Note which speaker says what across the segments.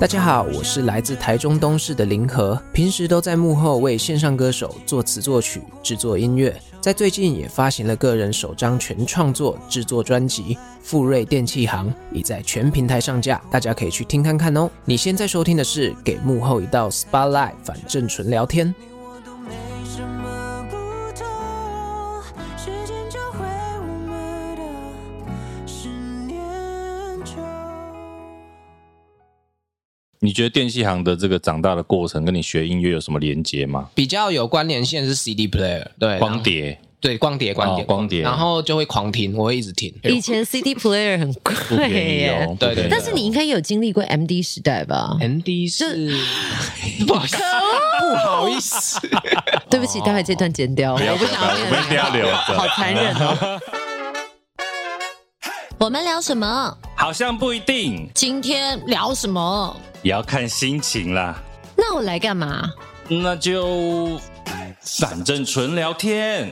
Speaker 1: 大家好，我是来自台中东市的林和，平时都在幕后为线上歌手作词作曲、制作音乐，在最近也发行了个人首张全创作制作专辑《富瑞电器行》，已在全平台上架，大家可以去听看看哦。你现在收听的是《给幕后一道 Spotlight》，反正纯聊天。
Speaker 2: 你我都没什么不同，时间教会我们的是念旧。
Speaker 3: 你觉得电器行的这个长大的过程跟你学音乐有什么连结吗？
Speaker 1: 比较有关联线是 CD player，对，
Speaker 4: 哎
Speaker 1: 然
Speaker 3: 光
Speaker 1: 后
Speaker 3: 碟
Speaker 1: 对光碟，光碟，
Speaker 3: 哦光碟
Speaker 1: 然后就会狂听，我会一直听。
Speaker 4: 以前 CD player 很
Speaker 3: 不
Speaker 4: 贵
Speaker 3: 便宜
Speaker 4: 耶，
Speaker 3: 哦，哎
Speaker 1: 对
Speaker 3: 不便宜哦
Speaker 4: 但是你应该有经历过 MD 时代吧？
Speaker 1: M D 是 不好意思，不好意思，
Speaker 4: 对不起，待会这段剪掉，
Speaker 3: 要
Speaker 4: 我不
Speaker 3: 不
Speaker 4: 想
Speaker 3: 要
Speaker 4: 要
Speaker 3: 我们一定要留着
Speaker 4: 好残忍 哦。我们聊什么？
Speaker 3: 好像不一定，
Speaker 4: 今天聊什么？
Speaker 3: 也要看心情啦。
Speaker 4: 那我来干嘛？
Speaker 3: 那就反正纯聊天，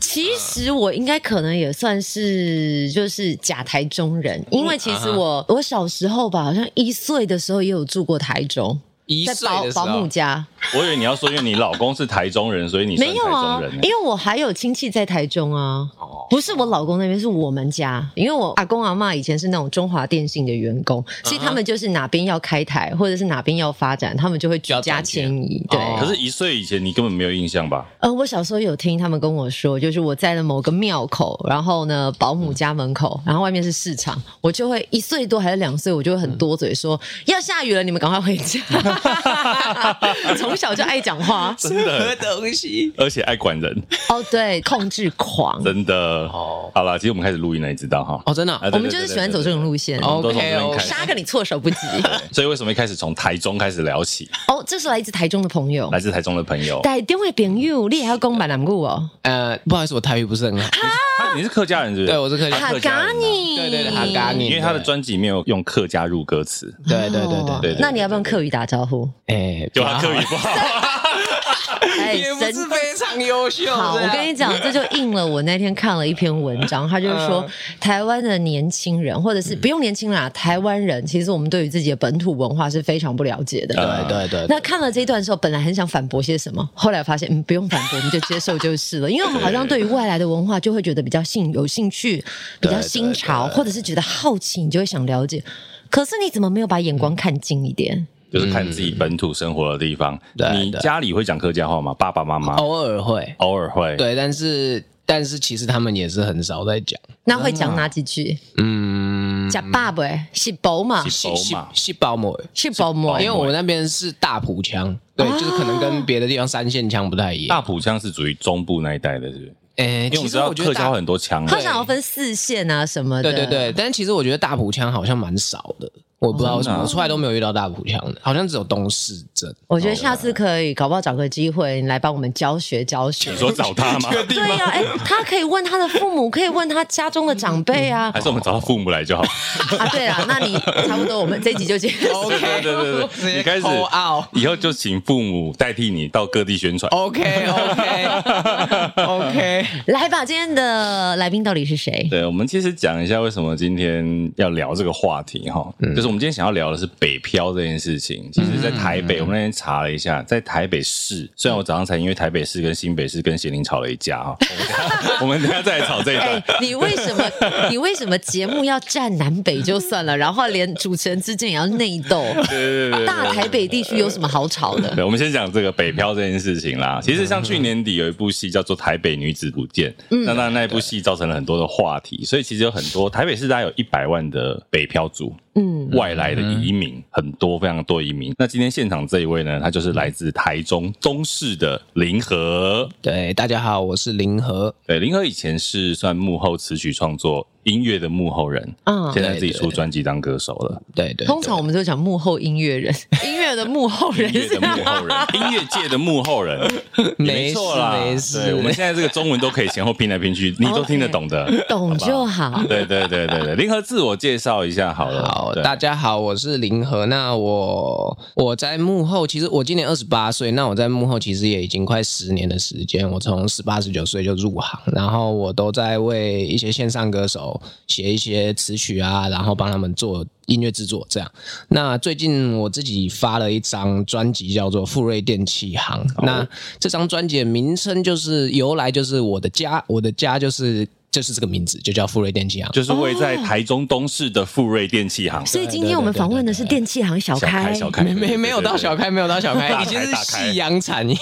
Speaker 4: 其实我应该可能也算是就是假台中人，因为
Speaker 3: 嗯啊
Speaker 4: 其实我我小时候吧，好像一岁的时候也有住过台中，
Speaker 1: 一
Speaker 4: 在
Speaker 1: 岁
Speaker 4: 保
Speaker 1: 的时
Speaker 4: 保姆
Speaker 1: 候，
Speaker 4: 家
Speaker 3: 我以为你要说，因为你老公是台中人，所以你算
Speaker 4: 没
Speaker 3: 台
Speaker 4: 有啊
Speaker 3: 中人，呢哦
Speaker 4: 因。为我还有亲戚在台中啊，不是我老公那边，是我们家，因为我阿公阿妈以前是那种中华电信的员
Speaker 3: 嗯
Speaker 4: 工，所以他们就是哪边要开台或者是哪边要发展，他们就会举
Speaker 1: 就要
Speaker 4: 家
Speaker 1: 转接
Speaker 4: 迁移，对。
Speaker 1: 哦
Speaker 3: 可是，一岁以前你根本没有印象吧？
Speaker 4: 呃，我小时候有听他们跟我说，就是我在了某个庙口，然后呢，保姆家门
Speaker 3: 嗯
Speaker 4: 口，然后外面是市场，我就会一岁多还是两岁，我就会很多嘴说、要下雨了，你们赶快 回家。从小就爱讲话，
Speaker 3: 真的，
Speaker 1: 东西？
Speaker 3: 而且爱管人，
Speaker 4: 哦，对，控制狂，
Speaker 3: 真的。
Speaker 1: 哦
Speaker 3: 好啦，其实我们开始录音了，你知道哈？
Speaker 1: 哦，真的啊、
Speaker 3: 啊
Speaker 4: 我们就是喜欢走这种。路线，
Speaker 3: 对对对对对对我们都从这边
Speaker 1: 哦
Speaker 3: 开始
Speaker 4: 杀个你措手不及。
Speaker 3: 所以为什么一开始从台中开始聊起？
Speaker 4: 哦，这是来自台中的朋友
Speaker 3: 来，自台中的朋友，
Speaker 4: 台中的朋友，你也要讲闽南语哦。
Speaker 1: 呃，不好意思，我台语不是很好。
Speaker 3: 啊你是客家人是不是？
Speaker 1: 对，我是客家
Speaker 3: 啊
Speaker 1: 人。
Speaker 3: 客家人啊嗯
Speaker 4: 你，
Speaker 1: 对对对，哈嘎你，
Speaker 3: 因为他的专辑没有用客家入歌词，
Speaker 1: 对，对对对对
Speaker 4: 哦
Speaker 1: 对，
Speaker 3: 对
Speaker 4: 那你要不要用客语打招呼？
Speaker 1: 哎，
Speaker 3: 就他客语
Speaker 1: 语
Speaker 3: 不好。
Speaker 4: 哎
Speaker 1: 也不
Speaker 4: 神
Speaker 1: 是啊非常优秀。
Speaker 4: 好，
Speaker 1: 这
Speaker 4: 我
Speaker 1: 样
Speaker 4: 跟你讲，这就应了我那天看了一篇文章，他就是说
Speaker 1: 嗯
Speaker 4: 台湾的年轻人，或者是不用年轻啦，台湾人其实我们对于自己的本土文化是非常不了解的。
Speaker 3: 嗯
Speaker 1: 对对对，
Speaker 4: 那看了这一段的时候，本来很想反驳些什么，后来发现嗯，不用反驳，我们就接受就是了。因为我们好像对于外来的文化就会觉得比较兴有兴趣，比较新潮，或者是觉得好奇，你就会想了解。可是你怎么没有把眼光看近一点？
Speaker 3: 就是看自己本土生活的地方。
Speaker 1: 嗯对
Speaker 3: 你
Speaker 1: 对
Speaker 3: 家里会讲客家话吗？爸爸妈妈
Speaker 1: 偶尔会，
Speaker 3: 偶尔会。
Speaker 1: 对，但是但是其实他们也是很少在讲。
Speaker 4: 那会讲哪几句？
Speaker 1: 嗯，
Speaker 4: 讲爸爸是宝嘛，
Speaker 3: 是
Speaker 1: 是
Speaker 3: 嘛
Speaker 1: 是保姆，
Speaker 4: 是宝嘛
Speaker 1: 因为我们那边是大埔腔，对，就是可能跟别的地方三线腔不太一样。
Speaker 3: 大埔腔是属于中部那一带的，是不是？
Speaker 1: 哎，
Speaker 3: 因为我
Speaker 1: 其
Speaker 3: 们知
Speaker 1: 实
Speaker 3: 道
Speaker 1: 我觉
Speaker 3: 客
Speaker 1: 得
Speaker 3: 家
Speaker 1: 大
Speaker 3: 话很多腔啊
Speaker 4: 他，想要分四线啊什么的。
Speaker 1: 对对对，但其实我觉得大埔腔好像蛮少哦的，啊我不知道为什么，我出来都没有遇到大埔腔的，好像只有东市镇。
Speaker 4: 我觉得下次可以，搞不好找个机会你来帮我们教学教 学
Speaker 3: 你。说找他 吗？
Speaker 4: 对呀、哎、他可以问他的父母，可以问他家中的长辈啊。
Speaker 3: 还是我们找他父母来就好？
Speaker 4: 啊，对了，那你差不多，我们这一集就结 束。
Speaker 1: OK，
Speaker 3: 对对对
Speaker 1: 直接
Speaker 3: 对，
Speaker 1: 啊
Speaker 3: 你开始
Speaker 1: call out
Speaker 3: 以后就请父母代替你到各地宣传。
Speaker 1: OK OK OK，
Speaker 4: 来吧，今天的来宾到底是谁？
Speaker 3: 对，我们其实讲一下为什么今天要聊这个话题哈，就是我们今天想要聊的是北漂这件事情。其实，在台北，我们那天查了一下，在台北市，虽然我早上才因为台北市跟新北市跟咸宁吵了一架哈，我们等一下再来吵这一
Speaker 4: 哎
Speaker 3: 段。，
Speaker 4: 你为 什么你为什么节目要站南北就算了，然后连主持人之间也要内斗？
Speaker 3: 对对对对对
Speaker 4: 大台北地区有什么好吵的？
Speaker 3: 对，我们先讲这个北漂这件事情啦。其实像去年底有一部戏叫做《台北女子不见》，
Speaker 1: 嗯
Speaker 3: 那那那一部戏造成了很多的话题，所以其实有很多台北市大概有一百万的北漂族，
Speaker 4: 嗯，
Speaker 3: 外来的移民很多，非常多移民。那今天现场这一位呢，他就是来自台中东市的林和。
Speaker 1: 对，大家好，我是林和，
Speaker 3: 对，林和以前是算幕后词曲创作音乐的幕后人，
Speaker 4: 嗯
Speaker 3: 现在自己
Speaker 1: 啊对对
Speaker 3: 出专辑当歌手了。
Speaker 1: 对对，
Speaker 4: 通常我们都讲幕后音乐人，音乐的幕后人
Speaker 3: 音乐
Speaker 4: 是
Speaker 3: 的幕后人， 音乐界的幕后人，
Speaker 1: 对
Speaker 3: 也
Speaker 1: 没事
Speaker 3: 错啦。
Speaker 1: 没
Speaker 3: 对
Speaker 1: 事，
Speaker 3: 我们现在这个中文都可以前后拼来拼去，你都听得懂的。
Speaker 4: 懂就好。
Speaker 3: 哦对对对对对，林和自我介绍一下好了。
Speaker 1: 好，
Speaker 3: 对
Speaker 1: 大家好，我是林和。那我我在幕后，其实我今年二十八岁，那我在幕后其实也已经快十年的时间。我从十八十九岁就入行，然后我都在为一些线上歌手手写一些词曲啊，然后帮他们做音乐制作这样。那最近我自己发了一张专辑，叫做《富瑞电器行》。那这张专辑的名称就是由来就是我的家，我的家就是就是这个名字，就叫富瑞电器行。
Speaker 3: 就是位在台中东市的富瑞电器行。
Speaker 4: 所以今天我们访问的是电器行小
Speaker 3: 小开，
Speaker 4: 开，
Speaker 3: 小开，
Speaker 1: 没没没有到小
Speaker 3: 开，
Speaker 1: 开，没有到小开，
Speaker 3: 大开
Speaker 1: 已经是
Speaker 3: 大开
Speaker 1: 夕阳产业。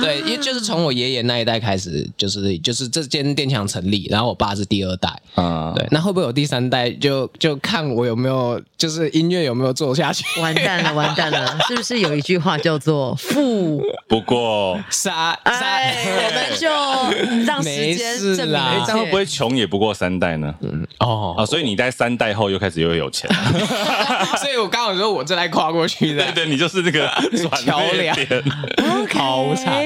Speaker 1: 对，因为就是从我爷爷那一代开始，就是就是这间电厂成立，然后我爸是第二代。
Speaker 3: 啊，
Speaker 1: 对，那会不会有第三代？就就看我有没有，就是音乐有没有做下去。
Speaker 4: 完蛋了，完蛋了！是不是有一句话叫做“富
Speaker 3: 不过。
Speaker 1: 杀”？
Speaker 4: 哎， 我
Speaker 1: 杀
Speaker 4: 们就让
Speaker 1: 没
Speaker 4: 时间
Speaker 1: 事
Speaker 4: 证明
Speaker 1: 啦
Speaker 4: 一
Speaker 3: 哎
Speaker 4: 切。，
Speaker 3: 这样会不会穷也不过三代呢？
Speaker 1: 哦，
Speaker 3: 啊，所以你在三代后又开始又有钱了，
Speaker 1: 所以我刚好说我这来跨过去的
Speaker 3: 对。对，你就是那个转
Speaker 1: 桥
Speaker 3: 捩
Speaker 1: 梁
Speaker 3: 点
Speaker 4: OK
Speaker 1: 好惨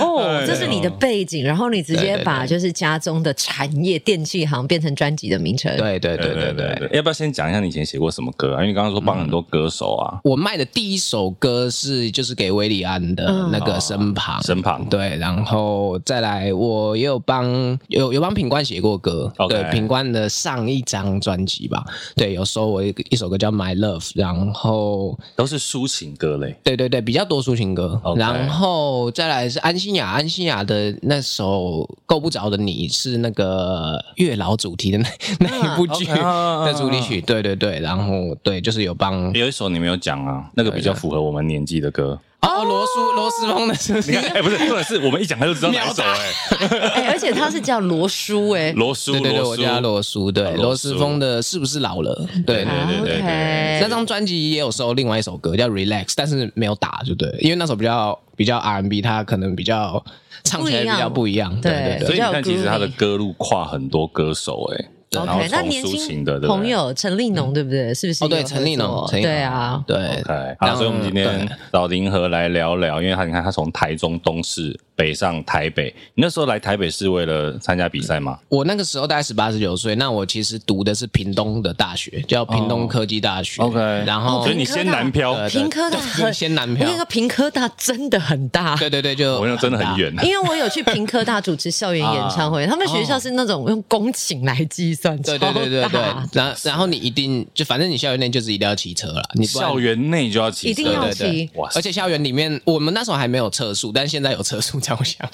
Speaker 4: 哦，这是你的背景，然后你直接
Speaker 1: 哎对对
Speaker 4: 把就是家中的产业电器行变成专辑的名称。
Speaker 1: 对对
Speaker 3: 对
Speaker 1: 对
Speaker 3: 对
Speaker 1: 对
Speaker 3: 对
Speaker 1: 对。
Speaker 3: 对，要不要先讲一下你以前写过什么歌啊？因为你刚刚说帮很多歌手啊，
Speaker 1: 我卖的第一首歌是就是给维里安的那个身旁，
Speaker 3: 嗯身旁
Speaker 1: 对，然后再来，我也有帮有有帮品冠写过歌
Speaker 3: OK
Speaker 1: 对，品冠的上一张专辑吧，对，有收我一个一首歌叫《My Love》，然后
Speaker 3: 都是抒情歌嘞。
Speaker 1: 对对对，比较多抒情歌
Speaker 3: OK
Speaker 1: 然后再来是安心雅，安心雅的那首《够不着的你》是那个月老主题的那 那一部剧
Speaker 3: 啊 OK，啊
Speaker 1: 的主题曲，对对对，然后对，就是有帮
Speaker 3: 有一首你没有讲啊，那个比较符合我们年纪的歌。
Speaker 1: 哦罗斯罗斯风的是不是
Speaker 3: 你？看， 哎，不是，重点是我们一讲他就知道哪一首哎，
Speaker 4: 哎，而且它是叫罗叔哎。
Speaker 3: 罗叔，
Speaker 1: 对对对，
Speaker 3: 罗
Speaker 1: 我
Speaker 3: 叔，
Speaker 1: 家罗叔，对
Speaker 3: 啊
Speaker 1: 罗
Speaker 3: 罗
Speaker 1: 斯
Speaker 3: 叔
Speaker 1: 风的是不是老了？对
Speaker 3: 对对对对对
Speaker 4: OK
Speaker 1: 那张专辑也有收另外一首歌叫《Relax》，但是没有打，就对了，因为那首比较比较 R&B，它可能比较唱起来比较不一样。对对
Speaker 4: 对
Speaker 3: 所
Speaker 1: 对
Speaker 3: 以你看，其实他的歌路跨很多歌手哎、然后
Speaker 4: OK，那
Speaker 3: 从
Speaker 4: 年
Speaker 3: 抒情
Speaker 4: 轻
Speaker 3: 的对不对
Speaker 4: 朋友陈立农对不对？是不是
Speaker 1: 哦
Speaker 4: 有合作？
Speaker 1: 对，陈立农，陈立农
Speaker 4: 对啊，
Speaker 1: 对
Speaker 3: OK，
Speaker 1: 然
Speaker 3: 哎好，
Speaker 1: 后
Speaker 3: 所以我们今天找林和来聊聊，因为他你看他从台中东市北上台北，你那时候来台北是为了参加比赛吗？
Speaker 1: 我那个时候大概十八十九岁，那我其实读的是屏东的大学，叫屏东科技大学。
Speaker 3: 哦，OK
Speaker 1: 然后
Speaker 4: 哦
Speaker 3: 所以你先南漂，
Speaker 1: 对
Speaker 4: 平科大
Speaker 1: 对
Speaker 4: 很
Speaker 1: 先南
Speaker 4: 我
Speaker 1: 漂
Speaker 4: 那，个平科大真的很大。
Speaker 1: 对对对，就
Speaker 3: 我那真的
Speaker 1: 大
Speaker 3: 很。远，啊
Speaker 4: 呃因为我有去平科大主持校园演唱 会，他们学校是那种用公顷来计算，
Speaker 1: 啊哦对对对对
Speaker 4: 超
Speaker 1: 对
Speaker 4: 大，
Speaker 1: 然后然后你一定就反正你校园内就是一定要骑车了，你不然
Speaker 3: 校园内就要骑车，
Speaker 4: 一定要
Speaker 1: 对对
Speaker 4: 骑。
Speaker 3: 哇塞
Speaker 1: 而且校园里面，我们那时候还没有测速，但 现在有测速照相，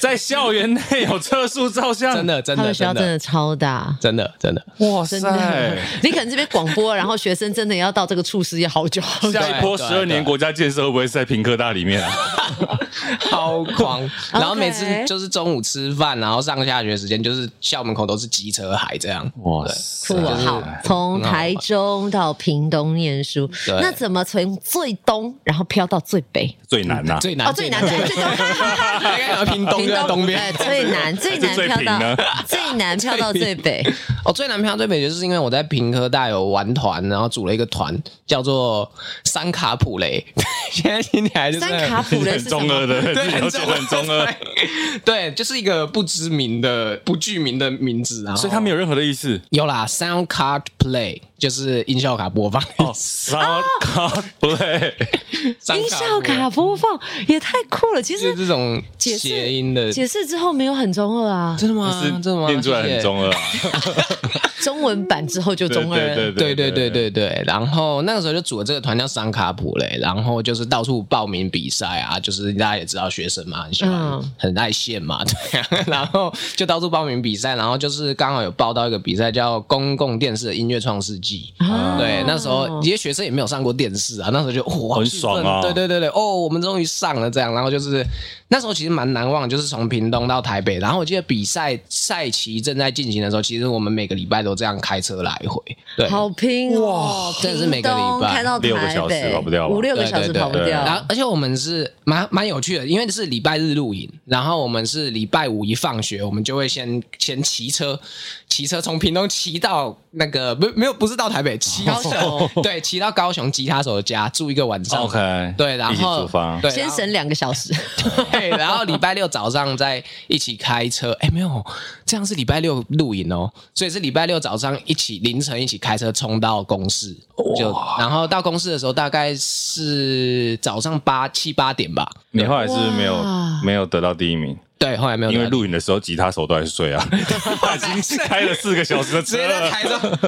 Speaker 3: 在校园内有测速照相，
Speaker 1: 真的，真
Speaker 4: 他
Speaker 1: 的，
Speaker 4: 们学校
Speaker 1: 真
Speaker 4: 真
Speaker 1: 的，
Speaker 4: 的超大，
Speaker 1: 真的，真的。
Speaker 3: 哇
Speaker 4: 真的。你可能这边广播，然后学生真的要到这个处室也好久好久。
Speaker 3: 下一波
Speaker 1: 对
Speaker 3: 十
Speaker 1: 对
Speaker 3: 二年
Speaker 1: 对
Speaker 3: 国家建设会不会是在平科大里面啊？
Speaker 1: 超 狂。然后每次就是中午吃饭，然后上下学时间，就是校门口都是机车海这样。
Speaker 3: 哇塞
Speaker 4: 酷哦好，从台中到屏东念书，
Speaker 1: 对
Speaker 4: 那怎么从最东然后飘到最北？
Speaker 3: 最难啊呐、
Speaker 1: 最难
Speaker 4: 哦，最难在最东，
Speaker 1: 大概 有屏东就在东
Speaker 4: 哎
Speaker 1: 边。
Speaker 4: 最难最难
Speaker 3: 最
Speaker 4: 飘
Speaker 3: 平呢
Speaker 4: 到最难飘到最北，
Speaker 1: 哦，最难漂最北就是因为我在平科大有玩团，然后组了一个团叫做三卡普雷， 现在听起来就是
Speaker 4: 三卡普雷是什
Speaker 3: 中二
Speaker 4: 么？
Speaker 3: 的，了
Speaker 1: 很
Speaker 3: 解
Speaker 1: 中
Speaker 3: 很中二，
Speaker 1: 对，就是一个不知名的、不具名的名字啊。
Speaker 3: 所以他没有任何的意思。
Speaker 1: 有啦，Sound Card Play 就是音效卡播放。
Speaker 3: 哦，sound card play，
Speaker 1: Sound
Speaker 4: 音
Speaker 1: Card
Speaker 4: 效
Speaker 1: Play
Speaker 4: 卡播放也太酷了！其
Speaker 1: 就
Speaker 4: 实
Speaker 1: 是这种
Speaker 4: 解释
Speaker 1: 谐音的，
Speaker 4: 解释之后没有很中二啊，
Speaker 1: 真的吗？
Speaker 3: 是
Speaker 1: 真的吗？
Speaker 3: 念出来很中二啊，
Speaker 4: 中文版之后就中二了。
Speaker 1: 谢谢。对对对对对，然后那个时候就组了这个团叫桑卡普雷，然后就是到处报名比赛啊，就是大家也知道学生嘛，很喜欢、
Speaker 4: 嗯
Speaker 1: 很爱现嘛，对啊， 然后就到处报名比赛，然后就是刚好有报到一个比赛叫公共电视的音乐创世纪，
Speaker 4: 啊
Speaker 1: 对，那时候这些学生也没有上过电视啊，那时候就哇，
Speaker 3: 很
Speaker 1: 兴奋
Speaker 3: 爽啊
Speaker 1: 对对对对，哦，我们终于上了这样，然后就是那时候其实蛮难忘的，就是从屏东到台北，然后我记得比赛赛期正在进行的时候，其实我们每个礼拜都这样开车来回，对，
Speaker 4: 好拼哦！
Speaker 1: 哇真的是每个礼拜
Speaker 4: 屏东开到
Speaker 3: 六个
Speaker 4: 台
Speaker 3: 小时
Speaker 4: 北
Speaker 3: 跑不掉吧
Speaker 4: 五六
Speaker 1: 对对
Speaker 4: 个小时
Speaker 1: 对
Speaker 4: 跑不
Speaker 1: 对
Speaker 4: 掉。
Speaker 1: 然后而且我们是蛮蛮有趣的，因为是礼拜日露营，然后我们是礼拜五一放学，我们就会先先骑车，骑车从屏东骑到那个不没有不是到台 北，骑到
Speaker 4: 高
Speaker 1: 对，骑到高雄吉他手的家住一个晚上。
Speaker 3: OK，
Speaker 1: 对，然
Speaker 3: 一起
Speaker 1: 后
Speaker 3: 出发。
Speaker 1: 对，
Speaker 4: 先
Speaker 1: 然后
Speaker 4: 省两个 小时，
Speaker 1: 对，然后礼拜六早上再一起开车。哎，没有，这样是礼拜六露营哦，所以是礼拜六早上一起凌晨一起开车冲到公司，就然后到公司的时候大概是早上八七八点吧。
Speaker 3: 你后来是不是没有
Speaker 4: 哇
Speaker 3: 没有得到第一名？
Speaker 1: 对，后来没有
Speaker 3: 因为
Speaker 1: 来
Speaker 3: 录影的时候吉他手都还是 睡啊，他已经开了四个小时的
Speaker 1: 直
Speaker 3: 车
Speaker 1: 接在
Speaker 3: 了。
Speaker 1: 台上，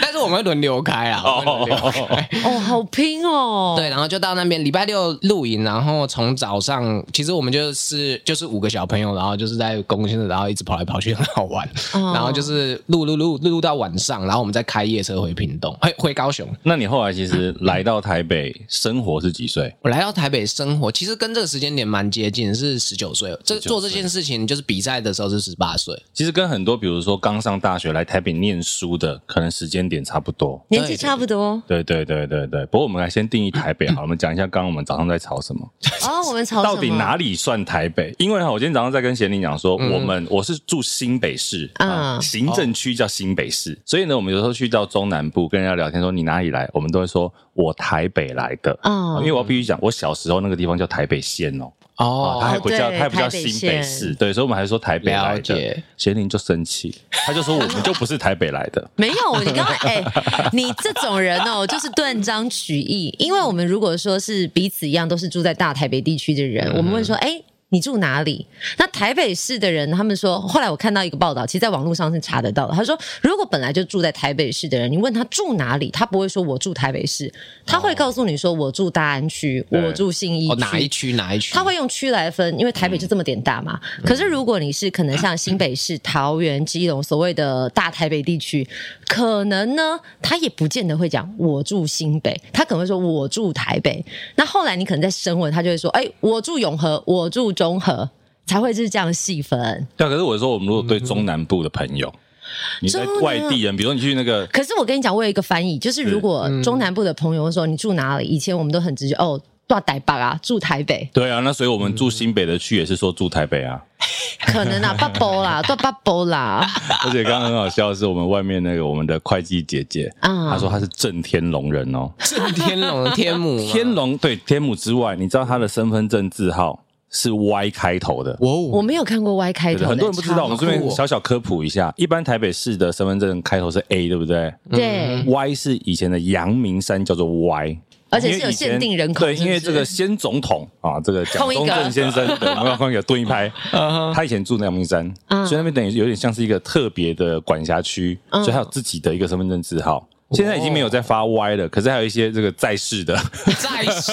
Speaker 1: 但是我们会轮流开啊，我们会轮流开。
Speaker 4: 哦，好拼哦。
Speaker 1: 对，然后就到那边礼拜六露营，然后从早上，其实我们就是就是五个小朋友，然后就是在公共汽车，然后一直跑来跑去，很好玩。
Speaker 4: 哦
Speaker 1: 然后就是录录录录录到晚上，然后我们再开夜车回屏东，回回高雄。
Speaker 3: 那你后来其实来到台北生活是几岁？
Speaker 1: 我来到台北生活，其实跟这个时间点蛮接近，是十九岁。这做这件事情就是比赛的时候是十八岁，
Speaker 3: 其实跟很多比如说刚上大学来台北念书的，可能时间点差不多。
Speaker 4: 年纪差不多
Speaker 3: 对对对对对。不过我们来先定义台 北好了，我们讲一下刚刚我们早上在吵什么。
Speaker 4: 哦，我们吵什
Speaker 3: 到
Speaker 4: 么？
Speaker 3: 底哪里算台北？因为哈，我今天早上在跟贤玲讲说，我们我是住新北市啊、
Speaker 4: 嗯
Speaker 3: 行政区叫新北市，所以呢，我们有时候去到中南部跟人家聊天说你哪里来，我们都会说我台北来的。
Speaker 4: 嗯
Speaker 3: 因为我要必须讲，我小时候那个地方叫台北县哦，啊，
Speaker 1: 哦，
Speaker 3: 它还不叫，
Speaker 4: 对
Speaker 3: 它还不叫
Speaker 4: 台北
Speaker 3: 新北市，对，所以我们还说台北来
Speaker 1: 了
Speaker 3: 的
Speaker 1: 解。
Speaker 3: 贤玲就生气，他就说我们就不是台北来的，
Speaker 4: 没有，你 刚刚哎，你这种人哦，就是断章取义。因为我们如果说是彼此一样，都是住在大台北地区的人，
Speaker 1: 嗯
Speaker 4: 我们问说，哎。你住哪里？那台北市的人，他们说，后来我看到一个报道，其实在网络上是查得到的。他说，如果本来就住在台北市的人，你问他住哪里，他不会说我住台北市，他会告诉你说我住大安区，
Speaker 3: 对
Speaker 4: 我住信义
Speaker 1: 哦
Speaker 4: 区，
Speaker 1: 哪一区哪一区？
Speaker 4: 他会用区来分，因为台北就这么点大嘛。
Speaker 3: 嗯
Speaker 4: 可是如果你是可能像新北市、桃园、基隆所谓的大台北地区，可能呢，他也不见得会讲我住新北，他可能会说我住台北。那后来你可能在深文，他就会说，哎、我住永和，我住中和。才会是这样细分，
Speaker 3: 对啊。可是我说，我们如果对中南部的朋友，你在
Speaker 4: 中南
Speaker 3: 外地人，比如说你去那个
Speaker 4: 可是我跟你讲，我有一个翻译，就是如果
Speaker 3: 嗯
Speaker 4: 中南部的朋友说你住哪里，以前我们都很直接哦，住台北啊，住台北，
Speaker 3: 对啊，那所以我们住新北的区也是说住台北啊，
Speaker 4: 可能 啊，北部啦，住北部啦，
Speaker 3: 而且刚刚很好笑的是，我们外面那个我们的会计姐姐，
Speaker 4: 啊
Speaker 3: 她说她是正天龙人哦，
Speaker 1: 是天龙天母啊吗
Speaker 3: 天龙对天母之外，你知道她的身份证字号是 Y 开头的。
Speaker 1: 哇
Speaker 4: 我
Speaker 1: 哦，
Speaker 4: 没有看过 Y 开
Speaker 3: 对
Speaker 4: 头的，
Speaker 3: 很多人不知
Speaker 4: 超
Speaker 3: 道，我们这边
Speaker 1: 酷哦
Speaker 3: 小小科普一下，一般台北市的身份证开头是 A，对不对
Speaker 4: 嗯对，
Speaker 3: ？Y 是以前的阳明山叫做 Y，
Speaker 4: 而且是
Speaker 3: 因为
Speaker 4: 有
Speaker 3: 以前
Speaker 4: 限定人口
Speaker 3: 对，
Speaker 4: 是不
Speaker 3: 因为
Speaker 4: 是
Speaker 3: 这个先总统啊，这个蒋
Speaker 4: 空一
Speaker 3: 中
Speaker 4: 个
Speaker 3: 正先 生，对，我们要空一个蹲一拍。他以前住阳明山，
Speaker 4: 嗯嗯
Speaker 3: 所以那边等于有点像是一个特别的管辖区，所以他有自己的一个身份证字号。现在已经没有在发 Y 了，可是还有一些这个在世的，
Speaker 1: 在 世，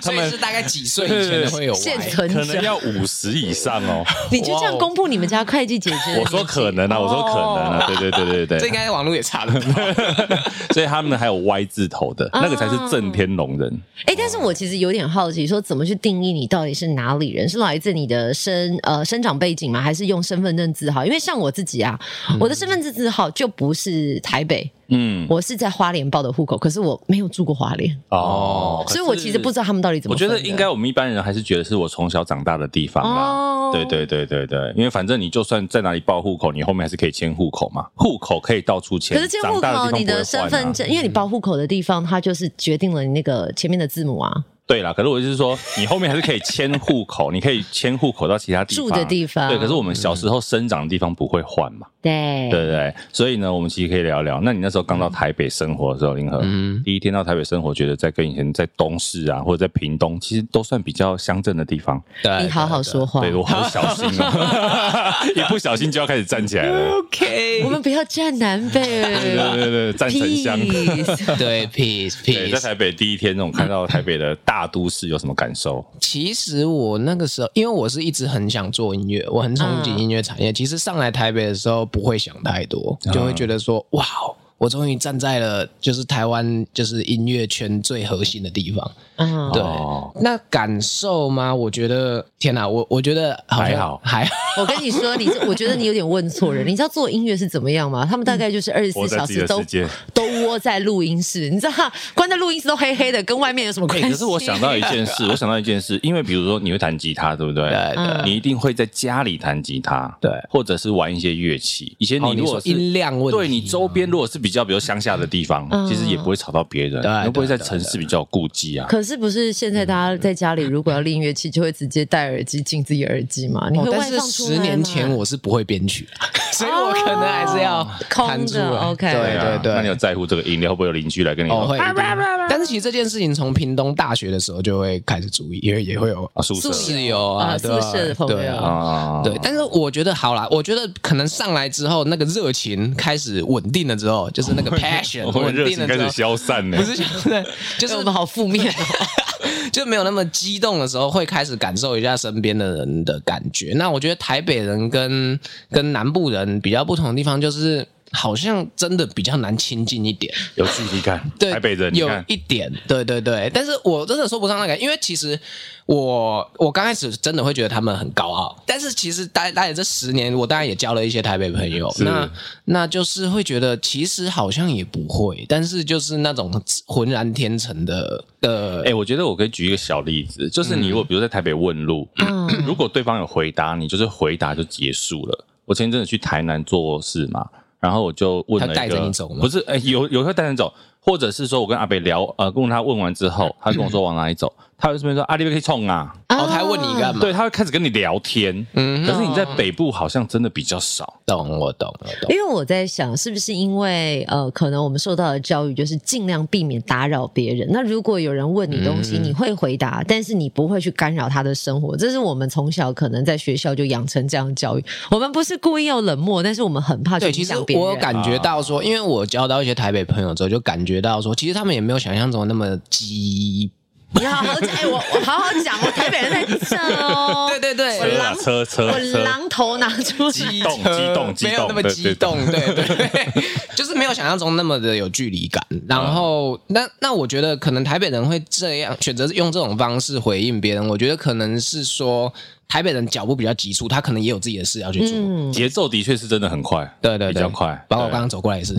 Speaker 1: 所以是大概几岁以前的会有歪
Speaker 4: 现存
Speaker 3: 可能
Speaker 4: 者。
Speaker 3: 要五十以上 哦。
Speaker 4: 你就这样公布你们家会计姐姐的年纪？
Speaker 3: 我说可能
Speaker 4: 哦
Speaker 3: 啊，我说可能啊，对对对对
Speaker 1: 这应
Speaker 3: 对。
Speaker 1: 该网络也查得到。
Speaker 3: 所以他们还有 Y 字头的，那个才
Speaker 4: 嗯
Speaker 3: 是震天龙人。
Speaker 4: 哎、但是我其实有点好奇，说怎么去定义你到底是哪里人？是来自你的生呃生长背景吗？还是用身份证字号？因为像我自己啊，我的身份证字号就不是台北，
Speaker 3: 嗯，
Speaker 4: 我是在花莲报的户口，可是我没有住过花莲，
Speaker 3: 哦，
Speaker 4: 所以我其实不知道他们到底怎么
Speaker 3: 我
Speaker 4: 分
Speaker 3: 觉
Speaker 4: 的。
Speaker 3: 得应该我们一般人还是觉得是我从小长大的地方啦。
Speaker 4: 哦
Speaker 3: 对对对对对，因为反正你就算在哪里报户口，你后面还是可以迁户口嘛，户口可以到处迁。
Speaker 4: 可是这
Speaker 3: 长
Speaker 4: 户
Speaker 3: 大
Speaker 4: 口，
Speaker 3: 地方
Speaker 4: 你
Speaker 3: 不会
Speaker 4: 的身
Speaker 3: 换啊
Speaker 4: 份证，因为你报户口的地方，它就是决定了你那个前面的字母啊。
Speaker 3: 对啦，可是我就是说，你后面还是可以迁户口，你可以迁户口到其他地方
Speaker 4: 住的地方嗯
Speaker 3: 对，可是我们小时候生长的地方不会换嘛，
Speaker 4: 对，
Speaker 3: 对不对？所以呢，我们其实可以聊聊。那你那时候
Speaker 4: 嗯
Speaker 3: 刚到台北生活的时候，林和，
Speaker 1: 嗯
Speaker 3: 第一天到台北生活，觉得在跟以前在东市啊，或者在屏东，其实都算比较乡镇的地方。
Speaker 1: 对
Speaker 4: 你好好说话。
Speaker 3: 对我好小心 哦，一不小心就要开始站起来了。
Speaker 4: 我们不要站南北
Speaker 3: 对对对，站城乡。
Speaker 4: ，peace。
Speaker 1: 对，peace
Speaker 3: 对，在
Speaker 1: peace。
Speaker 3: 台北第一天，那种看到台北的大都市有什么感受？
Speaker 1: 其实我那个时候，因为我是一直很想做音乐，我很憧憬音乐产
Speaker 4: 嗯
Speaker 1: 业。其实上来台北的时候，不会想太多，就会觉得说，哇，我终于站在了就是台湾就是音乐圈最核心的地方。
Speaker 4: 嗯，
Speaker 1: 对
Speaker 3: 哦
Speaker 1: 那感受吗？我觉得，天哪，我我觉得好像
Speaker 3: 还好
Speaker 1: 还好。
Speaker 4: 我跟你说，你这我觉得你有点问错人。你知道做音乐是怎么样吗？他们大概就是二十
Speaker 3: 嗯活
Speaker 4: 四
Speaker 3: 在
Speaker 4: 小
Speaker 3: 自己
Speaker 4: 时
Speaker 3: 的
Speaker 4: 都
Speaker 3: 世界。
Speaker 4: 都窝在录音室，你知道，关在录音室都黑黑的，跟外面有什么关
Speaker 3: 哎、
Speaker 4: 系？
Speaker 3: 可是我想到一件事，我想到一件事，因为比如说你会弹吉他，对不对？
Speaker 1: 啊对
Speaker 4: 对
Speaker 3: 你一定会在家里弹吉他，
Speaker 1: 对
Speaker 3: 或者是玩一些乐器。以前
Speaker 1: 哦
Speaker 3: 你如
Speaker 1: 你
Speaker 3: 果
Speaker 1: 说
Speaker 3: 是、
Speaker 1: 音量问题
Speaker 3: 对你周边如果是比比较比如乡下的地方，
Speaker 4: 嗯
Speaker 3: 其实也不会吵到别人，
Speaker 1: 对
Speaker 3: 你又不会在
Speaker 1: 对对
Speaker 3: 城市比较有顾忌啊。
Speaker 4: 可是不是现在大家在家里如果要练乐器，就会直接戴耳机进自己耳机嘛？你
Speaker 1: 哦
Speaker 4: 会
Speaker 1: 但
Speaker 4: 外
Speaker 1: 是
Speaker 4: 放出来
Speaker 1: 十年
Speaker 4: 吗哦
Speaker 1: 前我是不会编曲， 所以我可能还是要
Speaker 4: 空
Speaker 1: 弹
Speaker 4: 的
Speaker 1: 出来
Speaker 4: OK
Speaker 1: 对
Speaker 3: 啊
Speaker 1: 对对，
Speaker 3: 那你有在乎这个音量会不会有邻居来跟你
Speaker 1: 哦，会
Speaker 3: 说
Speaker 1: 一定。但是其实这件事情从屏东大学的时候就会开始注意，因为也会有
Speaker 3: 啊宿舍
Speaker 1: 室友啊、
Speaker 4: 啊
Speaker 1: 对吧
Speaker 4: 宿舍的朋友
Speaker 1: 对啊。
Speaker 3: 啊？
Speaker 1: 对，但是我觉得好啦，我觉得可能上来之后，那个热情开始稳定了之后，就是那个 passion
Speaker 3: 我会
Speaker 1: 稳
Speaker 3: 热
Speaker 1: 定
Speaker 3: 情
Speaker 1: 了
Speaker 3: 开
Speaker 1: 之
Speaker 3: 始
Speaker 1: 后，
Speaker 3: 消散呢
Speaker 1: 不。是像那， 就是
Speaker 4: 我们好负面哦。
Speaker 1: 就没有那么激动的时候，会开始感受一下身边的人的感觉。那我觉得台北人跟跟南部人比较不同的地方，就是好像真的比较难亲近一点。
Speaker 3: 有距离感，
Speaker 1: 对，
Speaker 3: 台北人，你
Speaker 1: 有
Speaker 3: 看，
Speaker 1: 一点，对对对，但是我真的说不上那个，因为其实我我刚开始真的会觉得他们很高傲，但是其实待待了这十年，我当然也交了一些台北朋友，
Speaker 3: 是
Speaker 1: 那那就是会觉得其实好像也不会，但是就是那种浑然天成的呃哦的，
Speaker 3: 哎、我觉得我可以举一个小例子，就是你如果比如在台北问路，
Speaker 1: 嗯
Speaker 3: 如果对方有回答你，就是回答就结束了。我前一阵子去台南做事嘛，然后我就问了一个，
Speaker 1: 他带着你走吗
Speaker 3: 不是，哎、有有会带人走，或者是说我跟阿北聊，呃，问他问完之后，他跟我说往哪里走，他就这边说阿里可以冲啊，
Speaker 1: 哦，他还问你干嘛？
Speaker 3: 对，他会开始跟你聊天。
Speaker 1: 嗯，
Speaker 3: 可是你在北部好像真的比较少，
Speaker 1: 懂我懂我懂，
Speaker 4: 因为我在想，是不是因为呃，可能我们受到的教育就是尽量避免打扰别人。那如果有人问你东
Speaker 1: 嗯
Speaker 4: 西，你会回答，但是你不会去干扰他的生活。这是我们从小可能在学校就养成这样的教育。我们不是故意要冷漠，但是我们很怕去
Speaker 1: 对，
Speaker 4: 影
Speaker 1: 其实
Speaker 4: 响别人。
Speaker 1: 我有感觉到说，因为我交到一些台北朋友之后，就感觉到说，其实他们也没有想象中那么鸡。
Speaker 4: 你好好讲，哎、我我好好讲，我台北人在这哦。
Speaker 1: 对对对
Speaker 4: 我狼
Speaker 3: 车车
Speaker 4: 我
Speaker 3: 车
Speaker 4: 狼头拿 出
Speaker 3: 激
Speaker 4: 来。
Speaker 3: 动激动激动，
Speaker 1: 没有那么
Speaker 3: 对
Speaker 1: 激。动，对对对， 就是没有想象中那么的有距离感。然后，那那我觉得可能台北人会这样选择用这种方式回应别人，我觉得可能是说台北人脚步比较急促，他可能也有自己的事要去做。
Speaker 3: 对节奏的确是真的很快，
Speaker 1: 嗯对对对，
Speaker 3: 比较快。
Speaker 1: 包括我
Speaker 3: 对
Speaker 1: 刚刚走过来也是，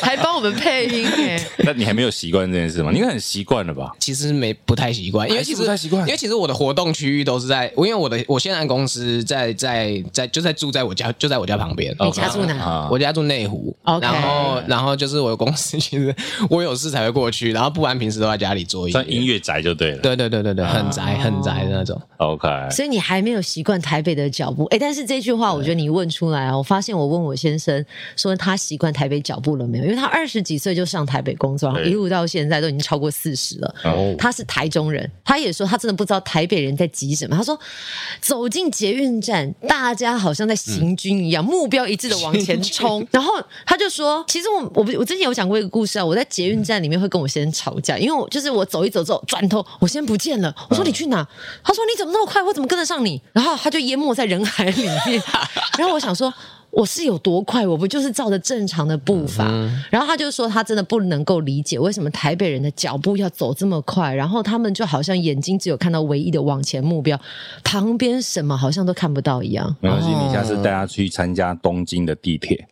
Speaker 4: 还帮我们配音哎、
Speaker 3: 那你还没有习惯这件事吗？你应该很习惯了吧？
Speaker 1: 其实没不太习惯，因为
Speaker 3: 还是
Speaker 1: 其实
Speaker 3: 不太习惯
Speaker 1: 因为其实我的活动区域都是在，我因为我的我现在公司在在在就在住在我家就在我家旁边，
Speaker 4: 你家住哪？
Speaker 3: 啊，
Speaker 1: 我家住内湖
Speaker 4: OK
Speaker 1: 然后然后就是我的公司， 其实我有事才会过去，然后不然平时都在家里做音
Speaker 3: 算音
Speaker 1: 乐。
Speaker 3: 乐宅就对了。
Speaker 1: 对对对对
Speaker 4: 哦
Speaker 1: 对，很宅很宅的那种。
Speaker 3: ，OK，
Speaker 4: 所以你还没有习惯台北的脚步，哎，但是这句话我觉得你问出来啊，我发现我问我先生说他习惯台北脚步了没有，因为他二十几岁就上台北工作，然后
Speaker 3: 对
Speaker 4: 一路到现在都已经超过四十了。
Speaker 3: 哦
Speaker 4: 他是台中人，他也说他真的不知道台北人在急什么。他说走进捷运站，大家好像在行军一样，目标一致的往前冲。然后他就说，其实我我我之前有讲过一个故事啊，我在捷运站里面会跟我先生吵架，因为我就是我走一走之后转头，我先不见了。我说你去哪？他说你怎么那么快？我怎么跟得上你？然后他就淹没在人海里面。然后我想说。我是有多快，我不就是照着正常的
Speaker 3: 嗯
Speaker 4: 步伐？然后他就说他真的不能够理解为什么台北人的脚步要走这么快，然后他们就好像眼睛只有看到唯一的往前目标，旁边什么好像都看不到一样。
Speaker 3: 没关系，
Speaker 1: 哦
Speaker 3: 你下次带他去参加东京的地 铁。